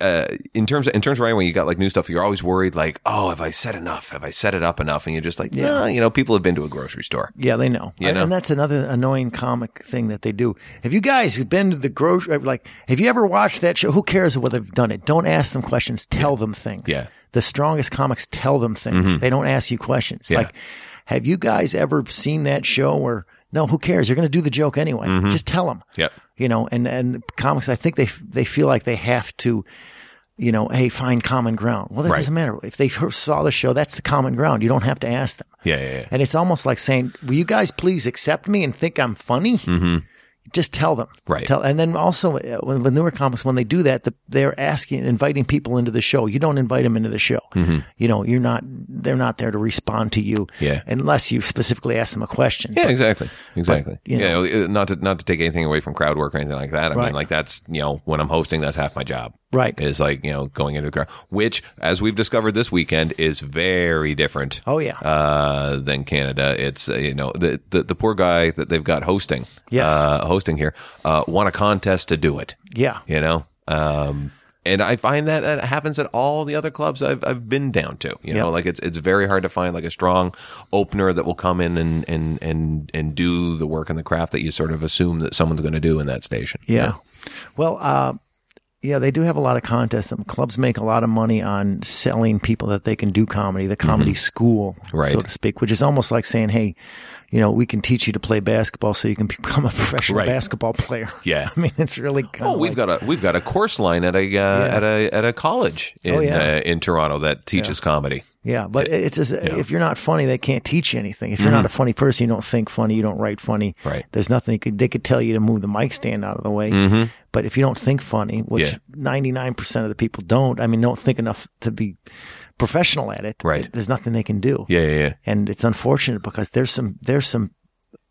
Uh, in terms of, in terms of writing, when you got like new stuff, you're always worried, like, oh, have I said enough? Have I set it up enough? And you're just like, yeah, you know, people have been to a grocery store. Yeah, they know. You and, know. and that's another annoying comic thing that they do. Have you guys been to the grocery? Like, have you ever watched that show? Who cares whether they've done it? Don't ask them questions. Tell them things. Yeah. Mm-hmm. The strongest comics tell them things. They don't ask you questions. Yeah. Like, have you guys ever seen that show? Or no, who cares? You're going to do the joke anyway. Just tell them. Mm-hmm. Yep. You know, and and comics, I think they they feel like they have to. You know, hey, find common ground. Well, that Right. doesn't matter. If they first saw the show, that's the common ground. You don't have to ask them. Yeah, yeah, yeah. And it's almost like saying, "Will you guys please accept me and think I'm funny?" Just tell them, Mm-hmm. Right. Tell, and then also uh, when, with newer comics, when they do that, the, they're asking, inviting people into the show. You don't invite them into the show. Mm-hmm. You know, you're not. They're not there to respond to you, Yeah. unless you specifically ask them a question. Yeah, exactly, exactly. you yeah, uh, not to not to take anything away from crowd work or anything like that. I mean, Right. like that's you know when I'm hosting, that's half my job. Right. Is like you know going into a crowd, which as we've discovered this weekend is very different. Oh, yeah. Uh, than Canada, it's uh, you know the, the the poor guy that they've got hosting. Yes. Uh, hosting here uh, won a contest to do it. yeah, You know. Um. And I find that that happens at all the other clubs I've I've been down to. You Yeah. know, like it's it's very hard to find like a strong opener that will come in and and and and do the work and the craft that you sort of assume that someone's going to do in that station. Yeah. Well, uh, yeah, they do have a lot of contests. Um, Clubs make a lot of money on selling people that they can do comedy, the comedy school, Mm-hmm. Right. so to speak, which is almost like saying, hey, you know, we can teach you to play basketball so you can <laughs> become a professional Right. basketball player. <laughs> Yeah. I mean, it's really kind Oh, we've got a we've got a course line at a uh, at a at a college in Oh, yeah. uh, in Toronto that teaches comedy. Yeah, but it's just, if you're not funny, they can't teach you anything. If you're not a funny person, you don't think funny, you don't write funny. Mm-hmm. Right. Mm-hmm. There's nothing they could, they could tell you to move the mic stand out of the way. But if you don't think funny, which Yeah. 99% of the people don't, I mean, don't think enough to be professional at it. Right. There's nothing they can do. Yeah, yeah, yeah. And it's unfortunate because there's some there's some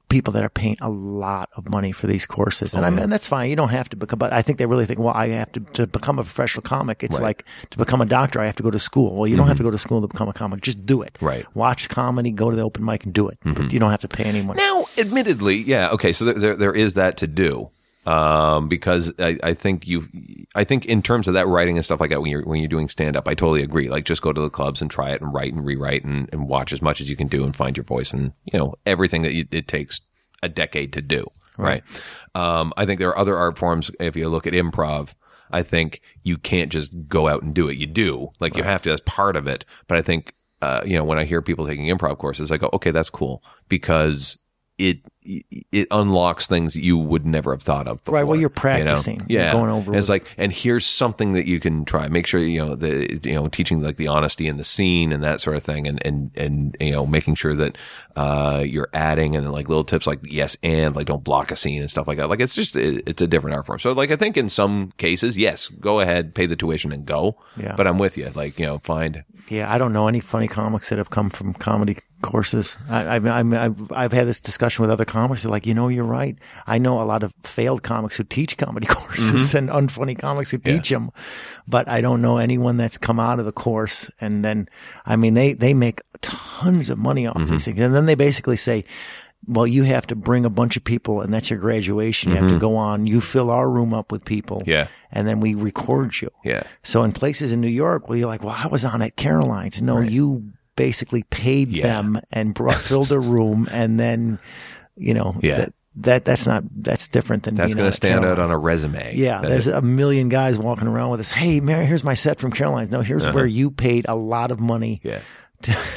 people that are paying a lot of money for these courses, Oh, and I mean that's fine. You don't have to become, but I think they really think, well, I have to to become a professional comic. It's Right. Mm-hmm. like to become a doctor, I have to go to school. Well, you don't have to go to school to become a comic. Just do it. Right. Mm-hmm. Watch comedy, go to the open mic, and do it. But you don't have to pay any money. Now, admittedly, yeah, okay, so there, there, there is that to do. Um, because I, I think you, I think in terms of that writing and stuff like that, when you're, when you're doing stand up, I totally agree. Like just go to the clubs and try it and write and rewrite and, and watch as much as you can do and find your voice and, you know, everything that you, it takes a decade to do. Right. Um, I think there are other art forms. If you look at improv, I think you can't just go out and do it. You do, like you have to, that's part of it. But I think, uh, you know, when I hear people taking improv courses, I go, okay, that's cool because it it unlocks things that you would never have thought of before. Right, well, you're you know? practicing. You're Yeah. going over And it's with- like, and here's something that you can try. Make sure, you know, the, you know, teaching like the honesty in the scene and that sort of thing. And, and, and, you know, making sure that, uh, you're adding and like little tips like yes and like don't block a scene and stuff like that. Like it's just, it, it's a different art form. So like, I think in some cases, yes, go ahead, pay the tuition and go. Yeah. But I'm with you. Like, you know, find, Yeah, I don't know any funny comics that have come from comedy courses. I, I've, I'm- I've, I've had this discussion with other comics. They're like, you know, you're right. I know a lot of failed comics who teach comedy <laughs> courses and unfunny comics who teach them, but I don't know anyone that's come out of the course. And then, I mean, they, they make tons of money off these things. And then they basically say, well, you have to bring a bunch of people and that's your graduation. You have to go on. You fill our room up with people. Yeah. And then we record you. yeah. So in places in New York where you're like, well, I was on at Caroline's. No, you basically paid Yeah. them and brought, <laughs> filled a room and then, you know, Yeah. that, that that's not, that's different than That's being going on to stand out on Caroline's. a resume. Yeah, That there's it- a million <laughs> guys walking around with us. Hey, Mary, here's my set from Caroline's. No, here's where you paid a lot of money Uh-huh. Yeah.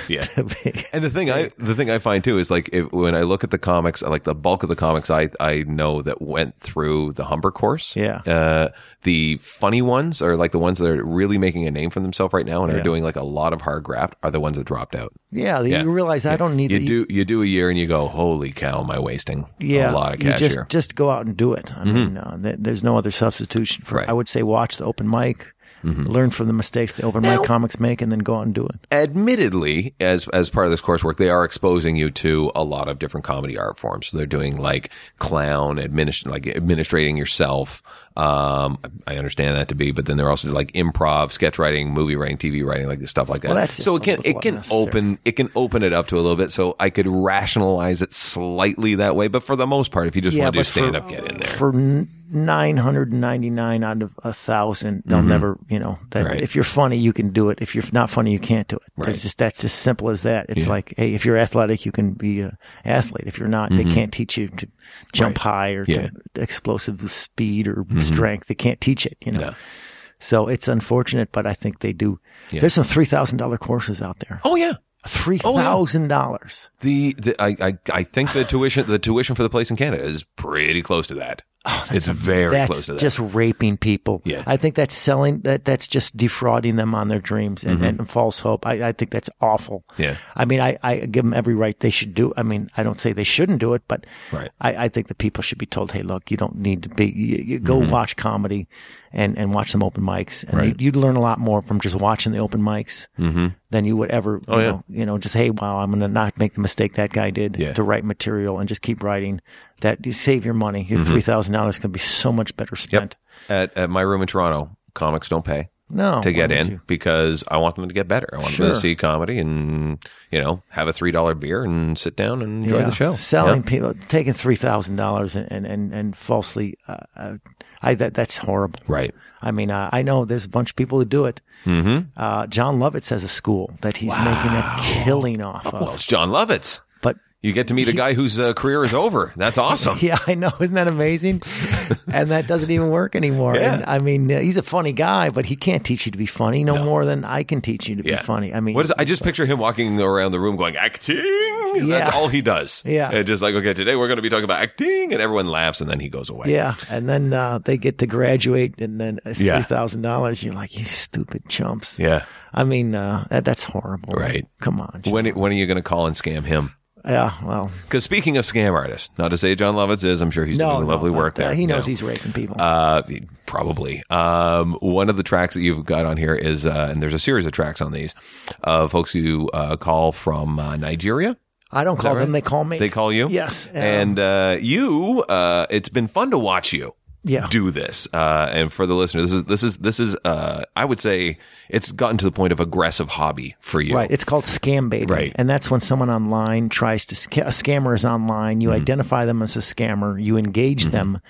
Yeah. to be- <laughs> And the thing I the thing I find too is like if, when I look at the comics, like the bulk of the comics I I know that went through the Humber course. Yeah. Uh, the funny ones are like the ones that are really making a name for themselves right now and are Yeah. doing like a lot of hard graft are the ones that dropped out. yeah, Yeah. you realize I don't need You the- e do you do a year and you go, holy cow, am I wasting a yeah, lot of cash you just here? just go out and do it. I mean, uh, th- there's no other substitution for. Right. Mm-hmm. I would say watch the open mic, learn from the mistakes the open mic comics make, and then go out and do it. admittedly, as as part of this coursework, they are exposing you to a lot of different comedy art forms. So they're doing like clown, administ- like administrating yourself. Um, I understand that to be, but then they're also like improv, sketch writing, movie writing, TV writing, like stuff like that. Well, that's just so it a can little it can unnecessary. open it can open it up to a little bit. So I could rationalize it slightly that way, but for the most part, if you just want to do but for- stand up, get in there. For nine hundred ninety nine out of a thousand, they'll never, you know, that Mm-hmm. Right. if you're funny, you can do it. If you're not funny, you can't do it. Right. It's just that's as simple as that. It's like, hey, if you're athletic, you can be a athlete. If you're not, they can't teach you to jump high or Mm-hmm. Yeah. Mm-hmm. to explosive speed or strength. They can't teach it. You know. No. So it's unfortunate, but I think they do. There's some three thousand dollar courses out there. oh yeah. Three thousand dollars. The, the I, I I think the tuition the tuition for the place in Canada is pretty close to <sighs> that. it's very Oh, that's close to that. just raping people. Yeah. I think that's selling that that's just defrauding them on their dreams Mm-hmm. and, and false hope. I, I think that's awful. Yeah. I mean, I, I give them every right they should do. I mean, I don't say they shouldn't do it, but Right. I, I think the people should be told, hey, look, you don't need to be, you, you go watch comedy and, and watch some open mics. And Mm-hmm. Right. Mm-hmm. you, would learn a lot more from just watching the open mics than you would ever, you, Oh, yeah. know, you know, just, hey, wow, I'm going to not make the mistake that guy did Yeah. to write material and just keep writing. That you save your money. Mm-hmm. Your thousand dollars can be so much better spent. at, at my room in Toronto, comics don't pay No, to Oh, why get would in you? because I want them to get better. I want them Sure. to see comedy and you know have a three dollar beer and sit down and enjoy Yeah. the show. Selling Yeah. people, taking three thousand dollars and and and falsely, uh, uh, I that that's horrible. right? I mean, uh, I know there's a bunch of people who do it. Mm-hmm. Uh, John Lovitz has a school that he's making a killing off of. Well, it's John Lovitz. but <laughs> You get to meet a guy whose uh, career is over. That's awesome. yeah, I know, isn't that <laughs> amazing? and that doesn't even work anymore. Yeah. And I mean, uh, he's a funny guy, but he can't teach you to be funny no, more than I can teach you to Yeah. be funny. I mean, What is? I just picture him walking around the room going acting. That's all he does. Yeah. and just like okay, today we're going to be talking about acting, and everyone laughs, and then he goes away. Yeah, and then uh, they get to graduate, and then it's Yeah. three thousand dollars. You're like, you stupid chumps. yeah. I mean, uh, that, that's horrible. Right. Come on. Jim. When when are you going to call and scam him? yeah. Well, Because speaking of scam artists, not to say John Lovitz is, I'm sure he's no. doing lovely no, work but, uh, there. He knows No. he's raping people. Uh, probably. Um, one of the tracks that you've got on here is, uh, and there's a series of tracks on these, of folks who uh, call from uh, Nigeria. I don't call that them. right? They call me. They call you, Yes. um, and uh, you. Uh, it's been fun to watch you yeah. do this. Uh, and for the listener, this is this is this is. Uh, I would say it's gotten to the point of aggressive hobby for you. Right. It's called scam baiting. Right. And that's when someone online tries to, sca- a scammer is online. You Mm-hmm. identify them as a scammer, you engage them,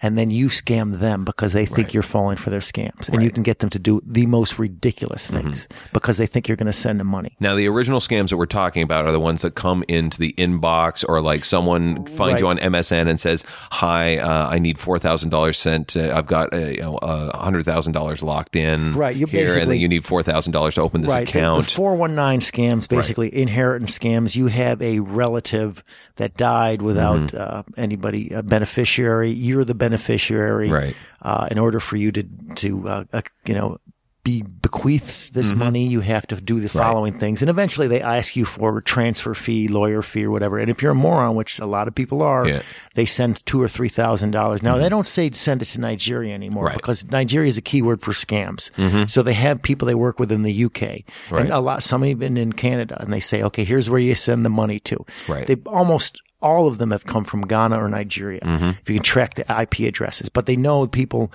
and then you scam them because they think you're falling for their scams. And you can get them to do the most ridiculous Mm-hmm. things because they think you're going to send them money. Now, the original scams that we're talking about are the ones that come into the inbox, or like someone finds you on MSN and says, "Hi, uh, I need four thousand dollars sent. Uh, I've got uh, you know hundred thousand dollars locked in Right, you here, and then basically- you need four thousand dollars to open this right. the- account." The, 419 scams, basically inheritance scams. You have a relative that died without Mm-hmm. uh, anybody, a beneficiary. You're the beneficiary. Right. Uh, in order for you to, to uh, uh, you know, be bequeathed Mm-hmm. this money, you have to do the following things. And eventually they ask you for a transfer fee, lawyer fee, or whatever. And if you're a moron, which a lot of people are, Yeah. they send two or three thousand dollars. Now they don't say send it to Nigeria anymore Mm-hmm. Right. Mm-hmm. because Nigeria is a keyword for scams. So they have people they work with in the UK Right. and a lot. Some even in Canada, and they say, okay, here's where you send the money to. Right. They almost all of them have come from Ghana or Nigeria. Mm-hmm. If you can track the IP addresses, but they know people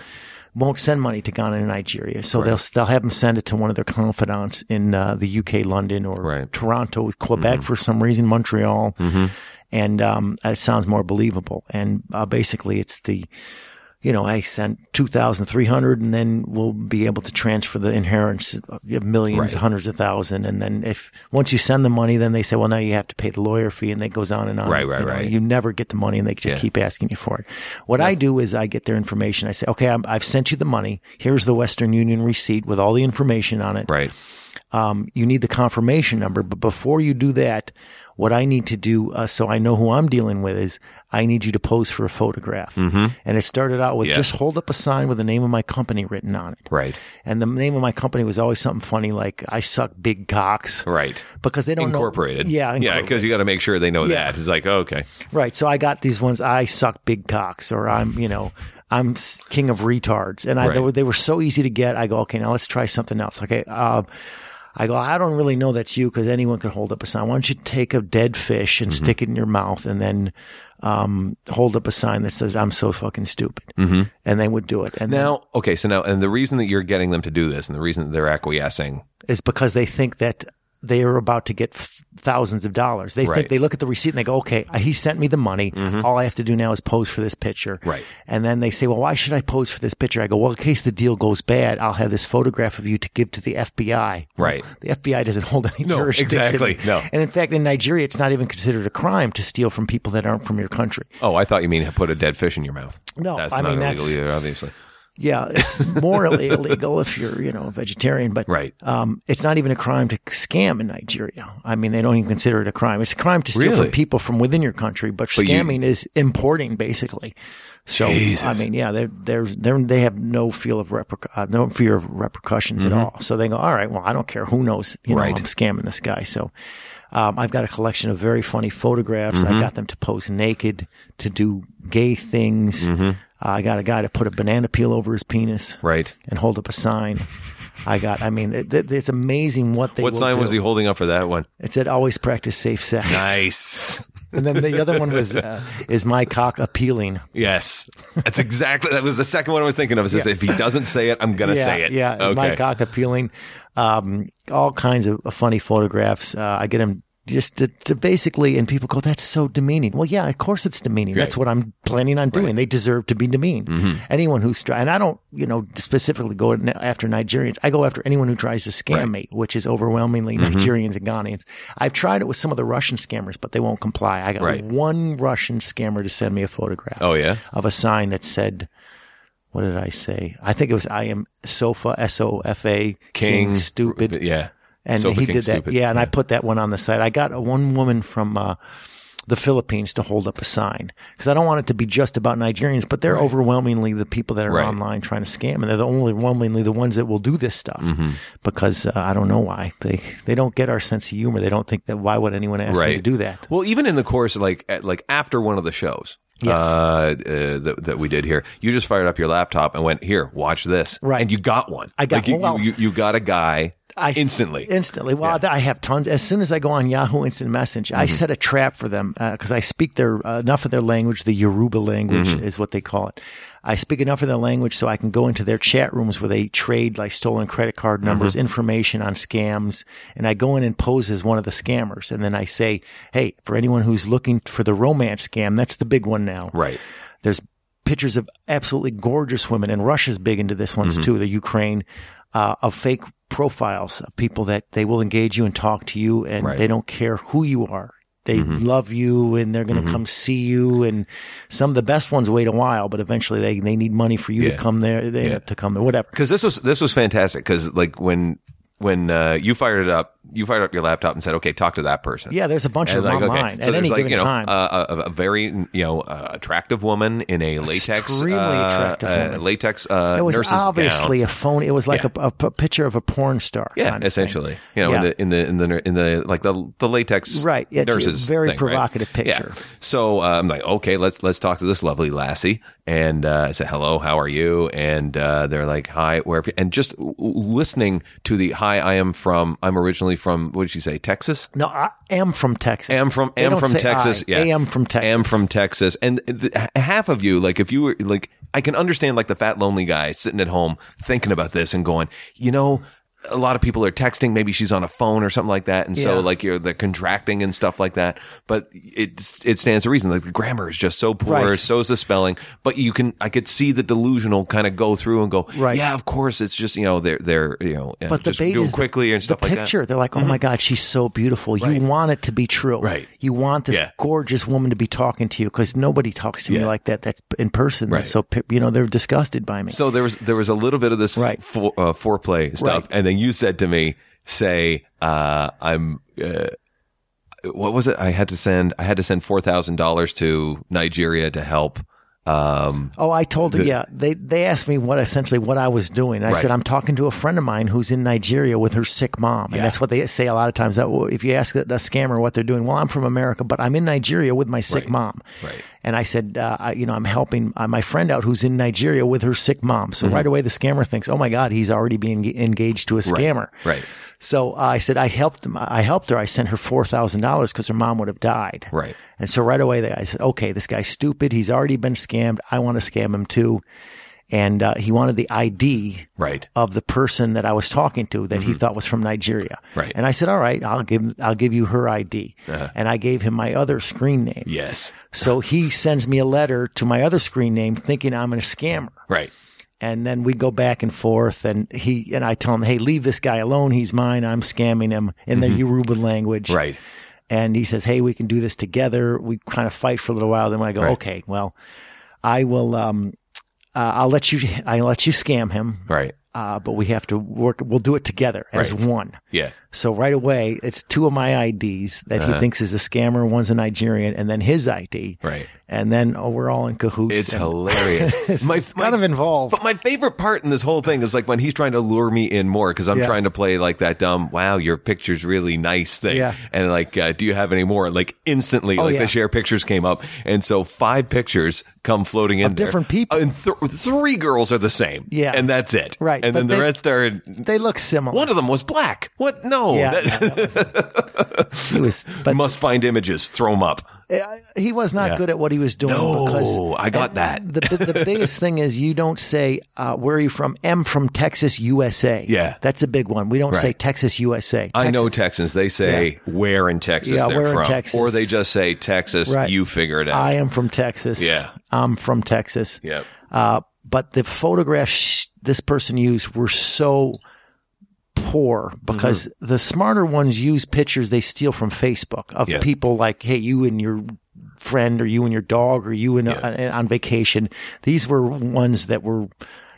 won't send money to Ghana and Nigeria, so they'll they'll have them send it to one of their confidants in uh, the UK, London or Right. Mm-hmm. Toronto, Quebec for some reason, Montreal. And um, it sounds more believable. And uh, basically, it's the you know, I sent 2,300 and then we'll be able to transfer the inheritance of millions, Right. hundreds of thousand. And then if once you send the money, then they say, well, now you have to pay the lawyer fee and that goes on and on. Right, right, you know, right. You never get the money and they just Yeah. keep asking you for it. What I do is I get their information. I say, okay, I'm, I've sent you the money. Here's the Western Union receipt with all the information on it. right. um, you need the confirmation number. But before you do that, what I need to do, uh, so I know who I'm dealing with, is I need you to pose for a photograph. And it started out with Mm-hmm. Yeah. just hold up a sign with the name of my company written on it. Right. And the name of my company was always something funny like I suck big cocks. Right. Because they don't know- Incorporated. yeah. Yeah. Because you got to make sure they know Yeah. that. It's like, oh, okay. Right. So I got these ones. I suck big cocks, or I'm, you know, I'm s- king of retards, and I Right. they, were, they were so easy to get. I go, okay, now let's try something else. Okay. Uh, I go, I don't really know that's you because anyone could hold up a sign. Why don't you take a dead fish and stick it in your mouth and then um, hold up a sign that says, I'm so fucking stupid. Mm-hmm. And they would do it. And now Now, okay. So now, and the reason that you're getting them to do this and the reason that they're acquiescing, is because they think that they are about to get f- thousands of dollars. They Right. Mm-hmm. think they look at the receipt and they go, okay, he sent me the money. All I have to do now is pose for this picture. Right. And then they say, well, why should I pose for this picture? I go, well, in case the deal goes bad, I'll have this photograph of you to give to the FBI. Right. <laughs> The FBI doesn't hold any No, jurisdiction. exactly. No. And in fact, in Nigeria, it's not even considered a crime to steal from people that aren't from your country. oh, I thought you mean put a dead fish in your mouth. No, That's I not mean, illegal that's- either, obviously. Yeah, it's <laughs> morally illegal if you're, you know, a vegetarian, but Right. um, it's not even a crime to scam in Nigeria. I mean, they don't even consider it a crime. It's a crime to steal Really? from people from within your country, but, But you- scamming is importing basically. So I mean, yeah, they're, they're they're they have no feel of reperc- uh, no fear of repercussions at all. So they go, all right, well, I don't care. Who knows? You know, Mm-hmm. Right. I'm scamming this guy. So um, I've got a collection of very funny photographs. Mm-hmm. I got them to pose naked, to do gay things. Uh, I got a guy to put a banana peel over his penis Mm-hmm. Right. and hold up <laughs> a sign. I got. I mean, it, it- it's amazing what they. What will sign do. was he holding up for that <laughs> one? It said, "Always practice safe sex." Nice. <laughs> And then the other one was, uh, "Is my cock appealing?" Yes. That's exactly. That was the second one I was thinking of. Is if he doesn't say it, I'm going to yeah, say it. Yeah, Okay. is my cock appealing. Um, all kinds of funny photographs. Uh, I get them just to, to basically, and people go, "That's so demeaning." Well, yeah, of course it's demeaning. That's Right. Mm-hmm. what I'm planning on doing. They deserve to be demeaned. Anyone who's try- and I don't, you know, specifically go n- after Nigerians. I go after anyone who tries to scam me, which is overwhelmingly Mm-hmm. Nigerians and Ghanaians. I've tried it with some of the Russian scammers, but they won't comply. I got Right. one Russian scammer to send me a photograph Oh, yeah? of a sign that said, "What did I say? I think it was I am sofa S O F A King- stupid." Yeah. and Sofa he King did that. Stupid. Yeah, and I put that one on the site. I got a, one woman from. Uh, the Philippines to hold up a sign because I don't want it to be just about Nigerians, but they're overwhelmingly the people that are Right. online trying to scam, and they're the only overwhelmingly the ones that will do this stuff Mm-hmm. because uh, I don't know why they they don't get our sense of humor. They don't think that why would anyone ask me to do that? Well, even in the course, like at, like after one of the shows, Yes. uh, uh, that, that we did here, you just fired up your laptop and went, "Here, watch this," Right. And you got one. I got- like, you, well- you, you got a guy I s- instantly. Instantly. Well, I have tons. As soon as I go on Yahoo Instant Message, I set a trap for them because I speak their uh, enough of their language. The Yoruba language is what they call it. I speak enough of their language so I can go into their chat rooms where they trade like stolen credit card numbers, information on scams, and I go in and pose as one of the scammers, and then I say, "Hey, for anyone who's looking for the romance scam, that's the big one now." Right. There's pictures of absolutely gorgeous women, and Russia's big into this Mm-hmm. ones too. The Ukraine uh, of fake profiles of people that they will engage you and talk to you, and Right. Mm-hmm. they don't care who you are. They love you, and they're going to come see you. And some of the best ones wait a while, but eventually they, they need money for you Yeah. to come there. They Yeah. have to come there, whatever. Because this was this was fantastic. Because like when when uh, you fired it up, you fired up your laptop and said, "Okay, talk to that person." Yeah, there's a bunch And of them like, okay. online So at there's any like, given you know, time. uh, A, a, a very you know uh, attractive woman in a latex, Extremely uh, attractive uh, woman. latex uh, it was nurse's gown. obviously a phone. It was like Yeah. a, a p- picture of a porn star. Yeah, kind of thing. essentially. You know, Yeah. in the in the in the in the like the the latex Right, it's a nurses very thing, right? provocative Yeah. picture. So uh, I'm like, okay, let's let's talk to this lovely lassie, and uh, I said, hello, how are you? And uh, they're like, hi, where? have you-" And just w- w- listening to the hi, I am from, I'm originally from, what did she say, Texas? No, I am from Texas. Am from They am don't from say Texas. I. Am from Texas. Am from Texas. And th- h- half of you, like if you were like, I can understand like the fat lonely guy sitting at home thinking about this and going, you know. A lot of people are texting. Maybe she's on a phone or something like that, and so Yeah. like you're the contracting and stuff like that. But it it stands to reason. Like the grammar is just so poor, Right. so is the spelling. But you can I could see the delusional kind of go through and go, Right. Yeah, of course. It's just you know they're they're you know But the just bait do is it the- quickly the, and stuff like picture. that. Mm-hmm. They're like, oh my god, she's so beautiful. Right. You want it to be true, Right. You want this Yeah. gorgeous woman to be talking to you because nobody talks to Yeah. me like that. That's in person. Right. That's so pi- you know they're disgusted by me. So there was there was a little bit of this Right. f- for, uh, foreplay stuff, Right. and then you said to me, say, uh, I'm, uh, what was it? I had to send, I had to send $4,000 to Nigeria to help. Um, Oh, I told her. Yeah, they they asked me what essentially what I was doing. I said Right. I'm talking to a friend of mine who's in Nigeria with her sick mom, and that's what they say a lot of times. That well, if you ask a a scammer what they're doing, well, I'm from America, but I'm in Nigeria with my sick Right. mom. Right. And I said, uh, I, you know, I'm helping uh, my friend out who's in Nigeria with her sick mom. So right away, the scammer thinks, oh my God, he's already being eng- engaged to a scammer. Mm-hmm. right. So uh, I said, I helped him. I helped her. I sent her four thousand dollars because her mom would have died. Right. And so right away, they, I said, okay, this guy's stupid. He's already been scammed. I want to scam him too. And uh, he wanted the ID Right. of the person that I was talking to that he thought was from Nigeria. Mm-hmm. Right. Uh-huh. And I said, all right, I'll give I'll give you her ID. And I gave him my other screen name. Yes. So he sends me a letter to my other screen name, thinking I'm a scammer Right. and then we go back and forth and he and I tell him, "Hey, leave this guy alone. He's mine. I'm scamming him." In the Yoruba language. Mm-hmm. Right. And he says, "Hey, we can do this together." We kind of fight for a little while then I go, Right. "Okay, well, I will um uh, I'll let you I'll let you scam him." Right. Uh, but we have to work we'll do it together as Right. one. Yeah. So right away, it's two of my IDs that Uh-huh. he thinks is a scammer, one's a Nigerian, and then his ID. Right. And then oh, we're all in cahoots. It's <laughs> and- hilarious. It's- it's kind of involved. But my favorite part in this whole thing is like when he's trying to lure me in more because I'm Yeah. trying to play like that dumb, wow, your picture's really nice thing. Yeah. And like, uh, do you have any more? Like instantly, Oh, like yeah. the share pictures came up. And so five pictures come floating in Of different there. people. And th- three girls are the same. Yeah. And that's it. Right. And But then the they- rest are, They look similar. one of them was black. What? No. <laughs> Yeah, That- no, that wasn't- he was, but must find images, throw them up. uh, he was not good at what he was doing. No, because I got and that. The, the, the biggest thing is you don't say uh, where are you from. M from Texas, USA. Yeah. that's a big one. We don't say Right. Texas, USA. I know Texas. Texans. They say where in Texas Yeah, they're where in from, Texas. or they just say Texas. Right. You figure it out. I am from Texas. Yeah. I'm from Texas. Yep. Uh, but the photographs sh- this person used were so poor because Mm-hmm. the smarter ones use pictures they steal from Facebook of Yeah. people like, hey, you and your friend, or you and your dog, or you and uh, on vacation. These were ones that were.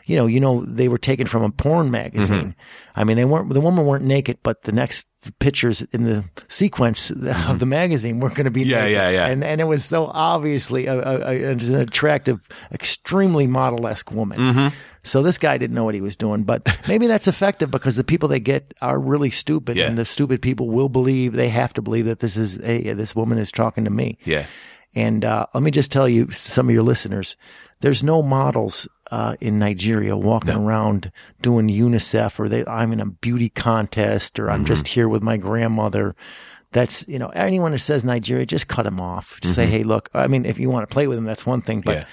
You know, you know, they were taken from a porn magazine. Mm-hmm. I mean, they weren't the woman weren't naked, but the next pictures in the sequence <laughs> of the magazine weren't going to be Mm-hmm. Yeah, naked. yeah, yeah. And and it was so obviously a, a, a, an attractive, extremely model esque woman. So this guy didn't know what he was doing, but maybe that's effective because the people they get are really stupid, Yeah. and the stupid people will believe they have to believe that this is a, this woman is talking to me. yeah. And uh, let me just tell you, some of your listeners, there's no models uh, in Nigeria walking around doing UNICEF or they, I'm in a beauty contest or Mm-hmm. I'm just here with my grandmother. That's, you know, anyone who says Nigeria, just cut them off. Just say, hey, look, I mean, if you want to play with them, that's one thing, but Mm-hmm. Yeah.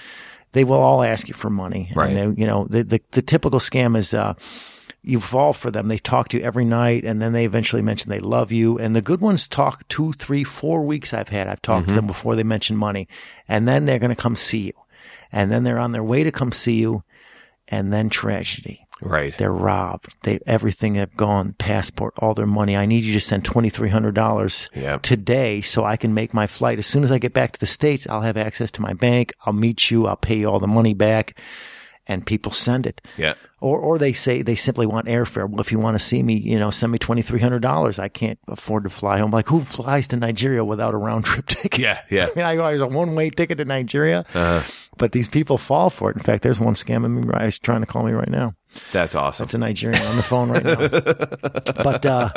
they will all ask you for money. Right. And they, you know, the, the, the typical scam is, uh, you fall for them. They talk to you every night, and then they eventually mention they love you. And the good ones talk two, three, four weeks. I've had I've talked to them before they mention money, and then they're going to come see you, and then they're on their way to come see you, and then tragedy. Right. They're robbed. They everything they've gone, passport, all their money. I need you to send twenty three hundred dollars Yep. today so I can make my flight. As soon as I get back to the States, I'll have access to my bank. I'll meet you. I'll pay you all the money back. And people send it. Yeah. Or, or they say they simply want airfare. Well, if you want to see me, you know, send me twenty three hundred dollars. I can't afford to fly home. Like, who flies to Nigeria without a round trip <laughs> ticket? Yeah. Yeah. I mean, I always a one way ticket to Nigeria, but these people fall for it. In fact, there's one scamming me. right- He's trying to call me right now. That's awesome. It's a Nigerian on the phone right now. but uh,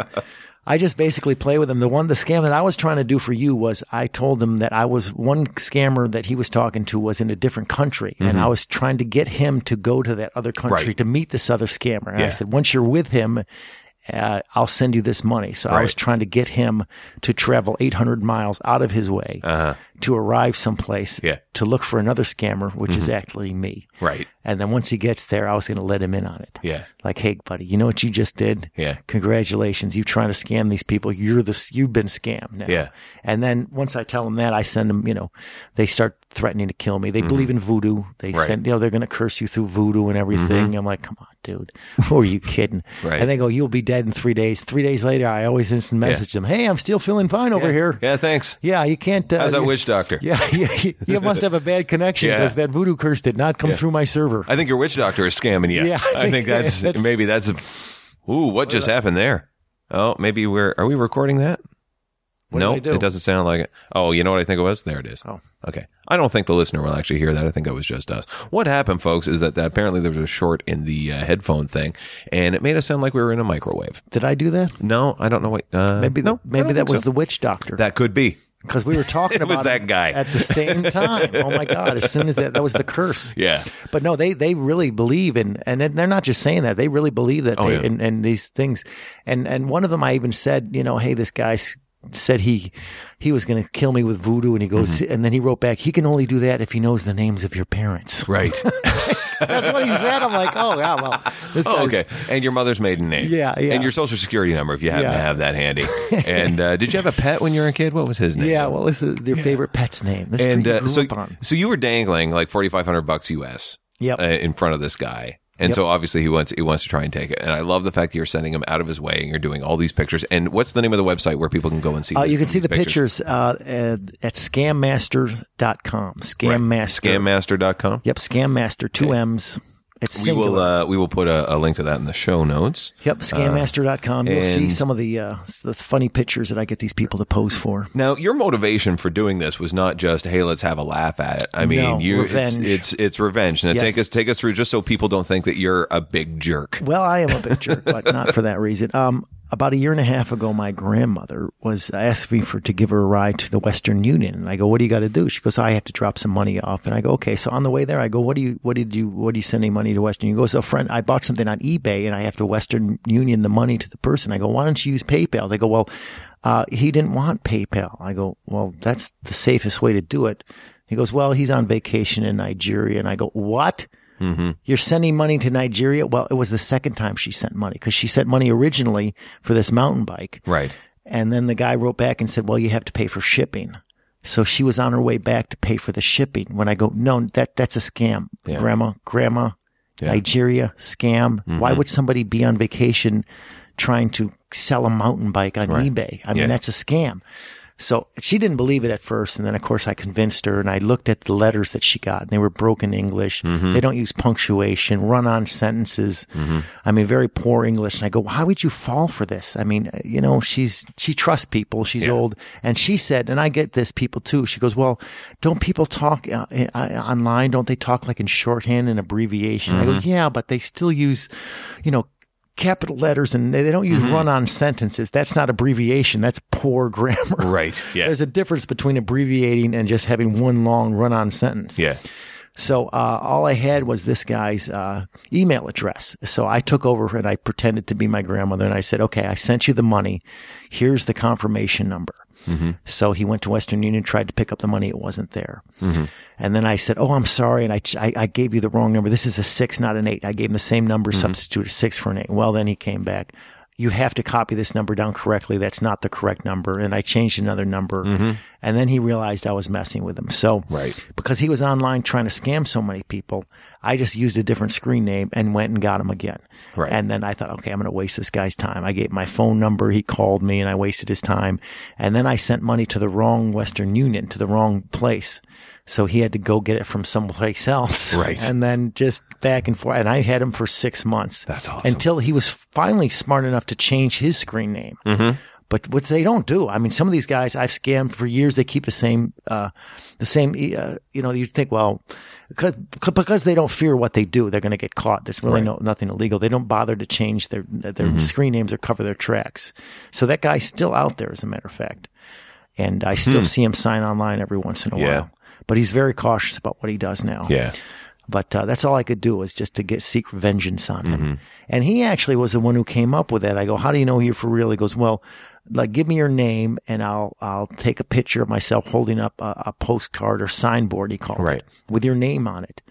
I just basically play with him. The one, the scam that I was trying to do for you was I told him that I was one scammer that he was talking to was in a different country, and I was trying to get him to go to that other country Mm-hmm. Right. to meet this other scammer. And I Yeah. said, once you're with him. Uh, I'll send you this money. So I was Right. trying to get him to travel 800 miles out of his way to arrive someplace Uh-huh. Yeah. Mm-hmm. to look for another scammer, which is actually me. Right. And then once he gets there, I was going to let him in on it. Yeah. Like, hey, buddy, you know what you just did? Yeah. Congratulations. You trying to scam these people. You're the, you've been scammed now. Yeah. And then once I tell them that, I send them, you know, they start threatening to kill me. They believe in voodoo. They Mm-hmm. Right. Mm-hmm. send, you know, they're going to curse you through voodoo and everything. I'm like, come on, dude. Who are you kidding? <laughs> Right. And they go, you'll be dead in three days. Three days later, I always instant message them, hey, I'm still feeling fine over here. Yeah. Thanks. Yeah, you can't. Uh, How's that you- witch doctor? <laughs> Yeah, you, you must have a bad <laughs> connection Yeah. because that voodoo curse did not come through my server. I think your witch doctor is scamming you. <laughs> Yeah, <laughs> I I think think- that's, that's- uh, maybe that's. Ooh, what just happened there? Oh, maybe we're are we recording that? What did no, I do? it doesn't sound like it. Oh, you know what I think it was? There it is. Oh. Okay. I don't think the listener will actually hear that. I think that was just us. What happened, folks, is that, that apparently there was a short in the uh, headphone thing, and it made us sound like we were in a microwave. Did I do that? No, I don't know what. Uh, Maybe no, I maybe don't that think was so. the witch doctor. That could be. because we were <laughs> talking It was about that him guy. at the same time. Oh my god! As soon as that that was the curse. <laughs> Yeah. But no, they they really believe in, and then they're not just saying that. They really believe that Oh, they, yeah. in, in these things. And and one of them, I even said, you know, hey, this guy s- said he he was going to kill me with voodoo, and he goes, Mm-hmm. and then he wrote back, he can only do that if he knows the names of your parents. <laughs> Right. That's what he said. I'm like, oh yeah, well, this <laughs> <laughs> Oh, okay. guy's- And your mother's maiden name. Yeah, yeah. And your social security number, if you happen to Yeah. have that <laughs> handy. and uh, did you have a pet when you were a kid? What was his name? Yeah, what was the, your favorite pet's name? This and uh, so, so, so you were dangling like forty five hundred bucks US, Yep. uh, in front of this guy, and Yep. so obviously he wants he wants to try and take it. And I love the fact that you're sending him out of his way, and you're doing all these pictures. And what's the name of the website where people can go and see? Uh, this- you can see these the pictures, uh, at, at scammaster.com. Scammaster. Scammaster.com. Yep, Scammaster, two M's. It's We singular. will uh, we will put a, a link to that in the show notes. yep, scammaster.com. You'll see and- some of the, uh, s- the funny pictures that I get these people to pose for. Now, your motivation for doing this was not just "Hey, let's have a laugh at it." I mean, No, you it's, revenge. it's it's revenge. Now, Yes. take us take us through just so people don't think that you're a big jerk. Well, I am a big jerk, but not for that reason. Um, about a year and a half ago, my grandmother was asked me for to give her a ride to the Western Union, and I go, "What do you got to do?" She goes, "I have to drop some money off." And I go, "Okay." So on the way there, I go, "What do you? What did you? What are you sending money to Western?" Union? He goes, "A friend, I bought something on eBay, and I have to Western Union the money to the person." I go, "Why don't you use PayPal?" They go, "Well, uh, he didn't want PayPal." I go, "Well, that's the safest way to do it." He goes, "Well, he's on vacation in Nigeria," and I go, "What?" You're sending money to Nigeria. Well, it was the second time she sent money because she sent money originally for this mountain bike. Right. And then the guy wrote back and said, well, you have to pay for shipping. So she was on her way back to pay for the shipping. When I go, no, that, that's a scam. Grandma, grandma, Nigeria, scam. Why would somebody be on vacation trying to sell a mountain bike on eBay? I mean, Yeah. that's a scam. So she didn't believe it at first. And then, of course, I convinced her and I looked at the letters that she got and they were broken English. They don't use punctuation, run on sentences. I mean, very poor English. And I go, how would you fall for this? I mean, uh, you know, she's, she trusts people. She's old. And she said, and I get this people too. She goes, well, don't people talk uh, uh, online? Don't they talk like in shorthand and abbreviation? I go, yeah, but they still use, you know, capital letters and they they don't use run-on sentences. That's not abbreviation. That's poor <laughs> grammar. Right. Yeah. There's a difference between abbreviating and just having one long run-on sentence. yeah. So uh, all I had was this guy's uh, email address. So I took over and I pretended to be my grandmother and I said, "Okay, I sent you the money. Here's the confirmation number." So he went to Western Union, tried to pick up the money. It wasn't there. And then I said, "Oh, I'm sorry," and I, ch- I I gave you the wrong number. This is a six, not an eight. I gave him the same number, substitute a six for an eight. Well, then he came back. You have to copy this number down correctly. That's not the correct number. And I changed another number. And then he realized I was messing with him. So, Right. because he was online trying to scam so many people, I just used a different screen name and went and got him again. Right. And then I thought, okay, I'm going to waste this guy's time. I gave my phone number. He called me and I wasted his time. And then I sent money to the wrong Western Union, to the wrong place. So he had to go get it from someplace <laughs> else. Right. And then just back and forth. And I had him for six months. That's awesome. Until he was finally smart enough to change his screen name. But what they don't do, I mean, some of these guys I've scammed for years. They keep the same, uh, the same. Uh, you know, you think, well, because, because they don't fear what they do, they're going to get caught. There's really no nothing illegal. They don't bother to change their their Mm-hmm. screen names or cover their tracks. So that guy's still out there, as a matter of fact, and I still see him sign online every once in a Hmm. Yeah. while. But he's very cautious about what he does now. Yeah. But uh, that's all I could do was just to get seek vengeance on him. Mm-hmm. And he actually was the one who came up with that. I go, how do you know you're for real? He goes, well, like give me your name and I'll I'll take a picture of myself holding up a, a postcard or signboard. He called it, Right. with your name on it.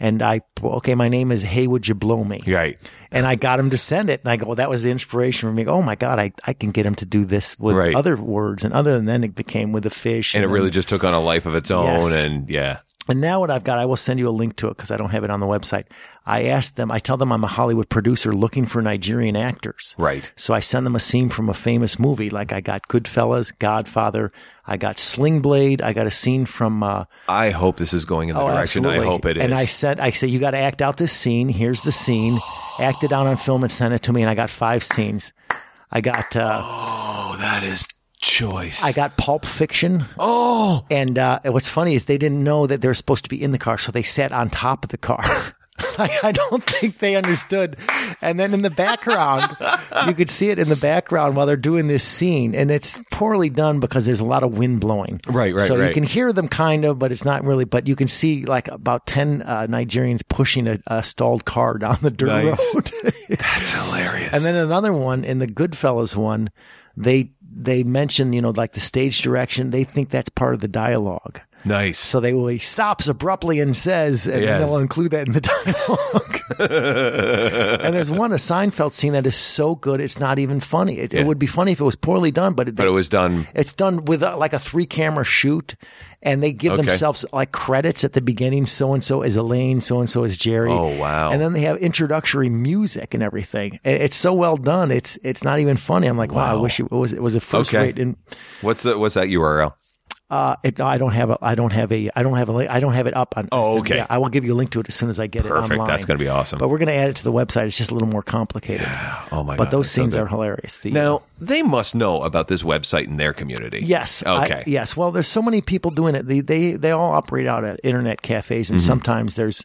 And I okay, my name is Haywood Jablome. Right. And I got him to send it. And I go, well, that was the inspiration for me. Oh my God, I, I can get him to do this with Right. other words. And other than then it became with the fish. And it then- really just took on a life of its own. Yes. And yeah. and now what I've got, I will send you a link to it because I don't have it on the website. I ask them, I tell them I'm a Hollywood producer looking for Nigerian actors. Right. So I send them a scene from a famous movie. Like I got Goodfellas, Godfather, I got Sling Blade, I got a scene from, uh, I hope this is going in the direction Oh, I hope it is. Oh, and I sent, I said, you got to act out this scene. Here's the scene. Act it out on film and send it to me. And I got five scenes. I got uh, Oh, that is choice. I got Pulp Fiction. Oh, and uh, and what's funny is they didn't know that they were supposed to be in the car, so they sat on top of the car. <laughs> Like, I don't think they understood. And then in the background, you could see it in the background while they're doing this scene, and it's poorly done because there's a lot of wind blowing. Right, right, So right. you can hear them kind of, but it's not really. But you can see like about ten uh, Nigerians pushing a, a stalled car down the dirt Nice. road. <laughs> That's hilarious. And then another one in the Goodfellas one, they they mention you know like the stage direction. They think that's part of the dialogue, nice. so they will he stops abruptly and says, and then Yes. they'll include that in the <laughs> dialogue. <laughs> and there's one a Seinfeld scene that is so good it's not even funny. It, Yeah. it would be funny if it was poorly done, but it, but it was done. it's done with uh like a three camera shoot, and they give Okay. themselves like credits at the beginning. So and so is Elaine, so and so is Jerry. Oh, wow. And then they have introductory music and everything. I- It's so well done. It's it's not even funny. I'm like, wow, I Wow. wish it was it was a first Okay. rate. And What's the, what's that URL? uh, it, I don't have a I don't have a I don't have a li- I don't have it up on. Oh, okay. Yeah, I will give you a link to it as soon as I get Perfect. it online. That's gonna be awesome. But we're gonna add it to the website. It's just a little more complicated. Oh my god. But those that's so scenes good. are hilarious. The, Now they must know about this website in their community. Yes. I- Okay. yes. Well, there's so many people doing it. They they, they all operate out at internet cafes, Mm-hmm. and sometimes there's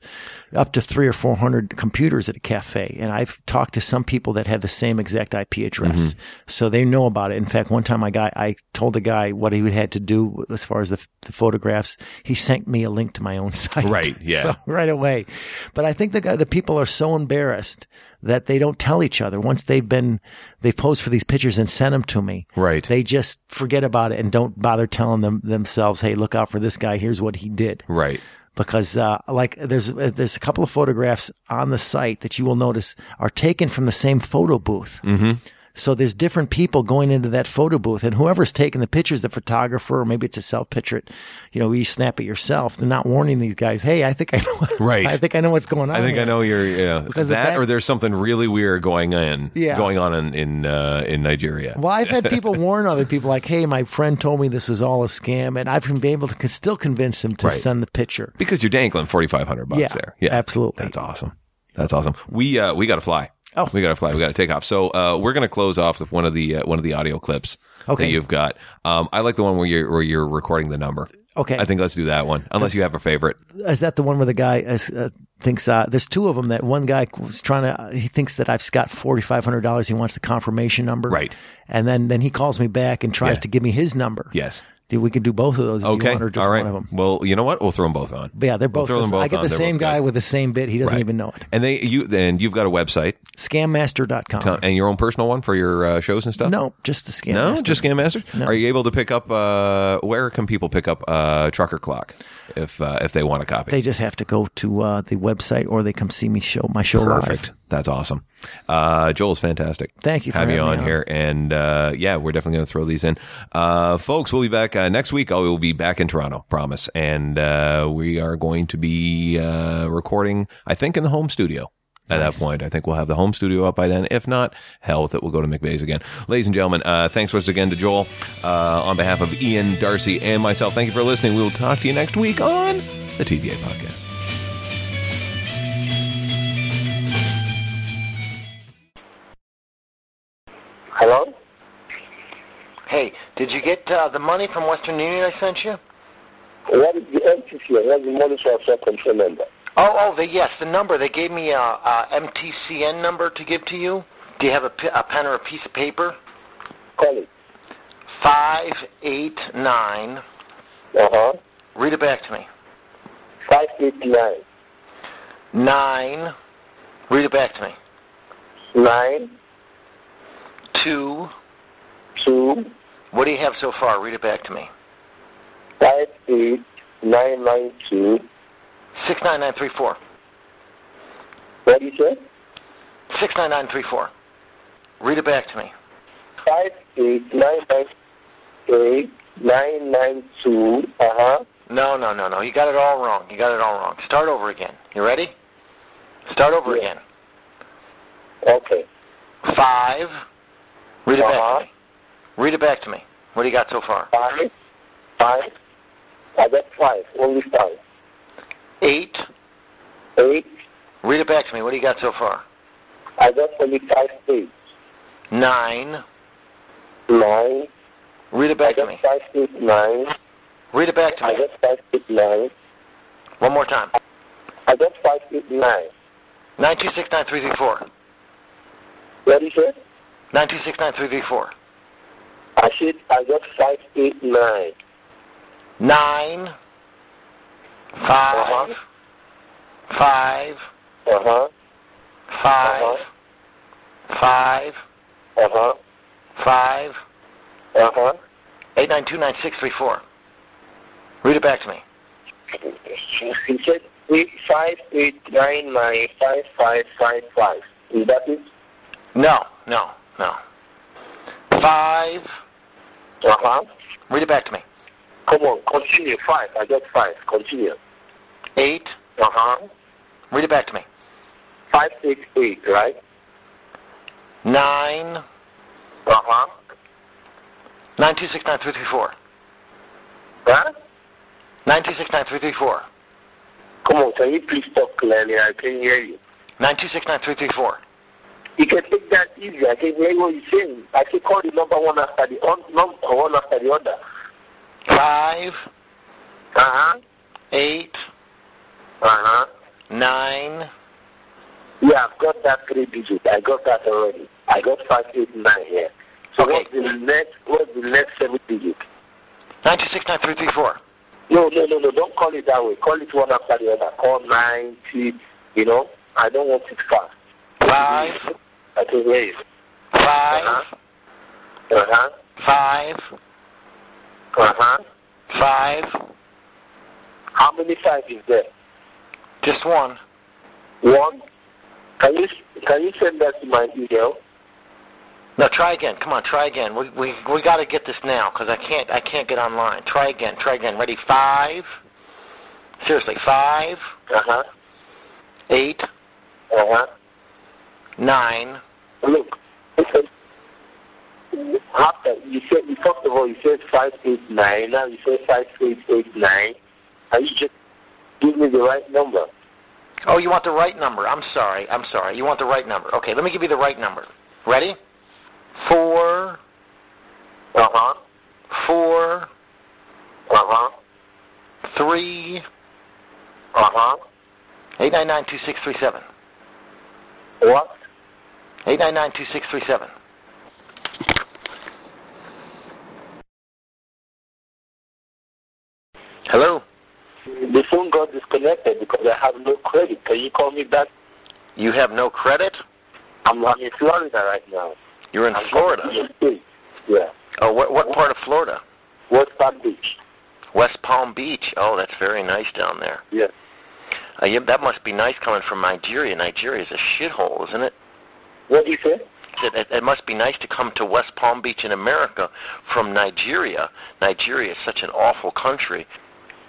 up to three or four hundred computers at a cafe. And I've talked to some people that have the same exact IP address, Mm-hmm. so they know about it. In fact, one time I got I told the guy what he had to do as far as the, the photographs. He sent me a link to my own <laughs> site. Right, yeah. So <laughs> right away. But I think the guy, the people are so embarrassed that they don't tell each other once they've been they posed for these pictures and sent them to me. Right. They just forget about it and don't bother telling them themselves, "Hey, look out for this guy. Here's what he did." Right. Because uh, like there's uh, there's a couple of photographs on the site that you will notice are taken from the same photo booth. Mm-hmm. So there's different people going into that photo booth, and whoever's taking the pictures, the photographer, or maybe it's a self portrait, you know, you snap it yourself. They're not warning these guys, "Hey, I think I know. Right. I think I know what's going on." I think I here." know you're yeah. Because the that, back- or there's something really weird going in Yeah. going on in in, uh, in Nigeria. Well, <laughs> I've had people warn other people, like, "Hey, my friend told me this was all a scam," and I've been able to con- still convince them to Right. send the picture. Because you're dangling 4500 bucks Yeah, there. Yeah. absolutely. That's awesome. That's awesome. We uh we got to fly. Oh. We got to fly. We got to take off. So, uh we're going to close off with one of the uh, one of the audio clips Okay. that you've got. Um I like the one where you're where you're recording the number. Okay, I think let's do that one. Unless you have a favorite. is that the one where the guy is, uh, thinks uh, there's two of them? That one guy was trying to, uh, he thinks that I've got forty five hundred dollars. He wants the confirmation number, Right. And then then he calls me back and tries Yeah. to give me his number. Yes. Dude, we could do both of those. If you Okay. want, or just All right. one of them. Well, you know what? We'll throw them both on. But yeah, they're We'll both. throw them I both get on. the They're same both good. guy with the same bit. He doesn't Right. even know it. And they you and you've got a website Scammaster.com. uh, and your own personal one for your uh, shows and stuff? no, just the scam. No, Master. just Scam Masters. No. Are you able to pick up? Uh, where can people pick up uh, Trucker Clock if uh, if they want a copy? They just have to go to uh, the website or they come see me show my show Perfect. live. That's awesome. Uh, Joel's fantastic. Thank you for having you on having me on. here, and uh, yeah, we're definitely going to throw these in, uh, folks. We'll be back uh, next week. I will be back in Toronto, promise, and uh, we are going to be uh, recording. I think in the home studio. At that point, I think we'll have the home studio up by then. If not, hell with it. We'll go to McVeigh's again. Ladies and gentlemen, uh, thanks once again to Joel. Uh, on behalf of Ian, Darcy, and myself, thank you for listening. We will talk to you next week on the TVA Podcast. Hello? Hey, did you get uh, the money from Western Union I sent you? What is the MTCN? What is the Motor Transfer Control Number? Oh, oh, the, yes, the number. They gave me a, a MTCN number to give to you. Do you have a, pe- a pen or a piece of paper? Call it. Five eight nine. Uh-huh. Read it back to me. 589. Nine. Read it back to me. 9, Two. 2, What do you have so far? Read it back to me. 5, 8, 9, 9, 2. Six nine nine three four. What is it? Six nine nine three four. Read it back to me. 5, 8, 9, 9, 8, 9, 9, 2. Uh-huh. No, no, no, no. You got it all wrong. You got it all wrong. Start over again. You ready? Start over Yeah. again. Okay. Five. Read it Uh-huh. back to me. Read it back to me. What do you got so far? 5, 5. I got 5. Only 5. Eight. 8. Read it back to me. What do you got so far? I got only 5, 8. Nine. nine. Read it I back to got me. five feet nine. Read it back to I me. got five feet nine. One more time. I got five feet nine. Nine two six nine three three four. What is it? Nine two six nine three three four. I said I got five feet nine. Nine five five Uh huh. five five Uh huh. five Uh huh. eight nine two nine six three four. Read it back to me. He said eight five eight nine nine five five five five. Is that it? No, no, no. Five. Uh huh. Read it back to me. Come on, continue. Five. I got five. Continue. Eight. Uh huh. Read it back to me. Five eight eight. Right. Nine Uh huh. nine two six nine three three four. Huh? Nine two six nine three three four. Come on, can you please talk clearly? I can hear you. Nine two six nine three three four. You can take that easy. I can hear what you're saying. I can call the number one after the on, number one after the other. Five Uh huh. eight Uh huh. nine Yeah, I've got that three digits. I got that already. I got five eight nine here. So Okay. what's the next? What's the next seven digit? nine two six nine three three four. No, no, no, no. Don't call it that way. Call it one after the other. Call nine, three. You know, I don't want it fast. Five I can hear you. five Uh huh. five Uh huh. five. How many five is there? Just one. One. Can you can you send that to my email? No, try again. Come on, try again. We we we got to get this now because I can't I can't get online. Try again. Try again. Ready? Five. Seriously, five, Uh huh. eight, Uh huh. nine. Look, after you said you first of all you said five eight nine. Now you say five eight eight nine. And you just give me the right number. Oh, you want the right number? I'm sorry. I'm sorry. You want the right number? Okay, let me give you the right number. Ready? Four, Uh-huh. Uh huh. four, Uh-huh. Uh huh. three, Uh-huh. Uh huh. eight nine nine two six three seven. What? Eight nine nine two six three seven. Hello. The phone got disconnected because I have no credit. Can you call me back? You have no credit. I'm, I'm in Florida right now. You're in I'm Florida. Yeah. Oh, what what part of Florida? What's that beach? West Palm Beach. Oh, that's very nice down there. Yeah. Uh, yeah, that must be nice coming from Nigeria. Nigeria is a shithole, isn't it? What do you say? It, it, it must be nice to come to West Palm Beach in America from Nigeria. Nigeria is such an awful country.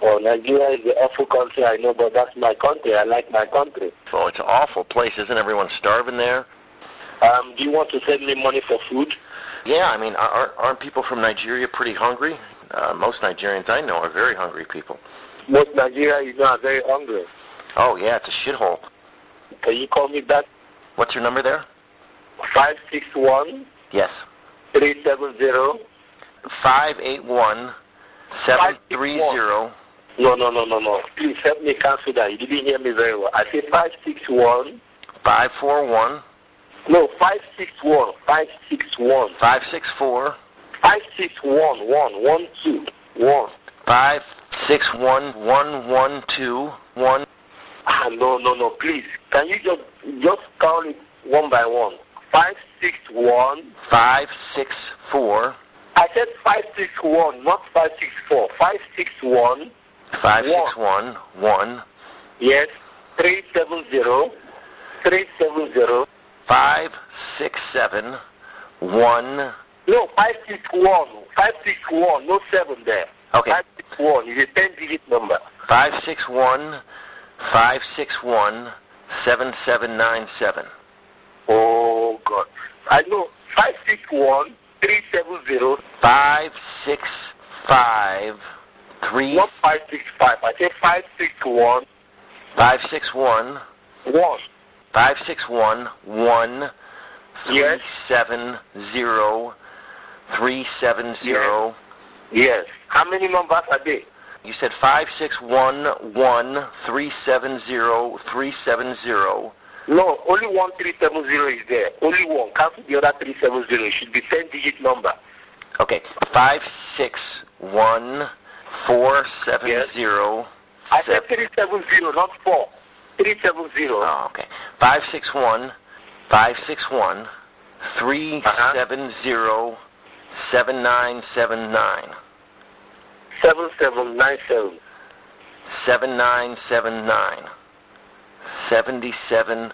Well, Oh, Nigeria is an awful country, I know, but that's my country. I like my country. Oh, it's an awful place. Isn't everyone starving there? Um, do you want to send me money for food? Yeah, I mean, aren't, aren't people from Nigeria pretty hungry? Uh, most Nigerians I know are very hungry people. Most Nigeria is not very hungry. Oh, yeah, it's a shithole. Can you call me back? What's your number there? Five six one Yes. three seven zero. Five eight one seven three zero. No, no, no, no, no. Please help me cancel that. You didn't hear me very well. I said five six one. Five four one No, five six one. Five six one. five six four Five six one one one two one. five six one one one two one. Ah, no, no, no. Please, can you just just count it one by one? Five six one. Five six four I said five six one, not five six four. Five six one. five six one one Yes. Three seven zero. Three seven zero. five six seven one. No, five six one. Five six one. No seven there. Okay. Five six one is a ten digit number. Five six one five six one seven seven nine seven. Oh God. I know. Five six one. Three seven zero. Five six five three Not five six five. I said five six one. five six one One. five six one one three Yes. seven zero three seven zero. Yes. How many numbers are there? You said five six one one three seven zero three seven zero. No, only one three seven zero is there. Only one. Cancel the other three seven zero. It should be ten digit number. Okay, five six one four seven Yes. zero. I said Sep- three seven zero, not four. Three seven zero. Oh, okay. Five six one five six one three Uh-huh. seven zero seven nine seven nine Seven seven nine seven. seven nine seven nine seventy seven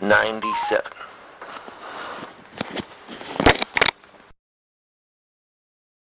ninety seven.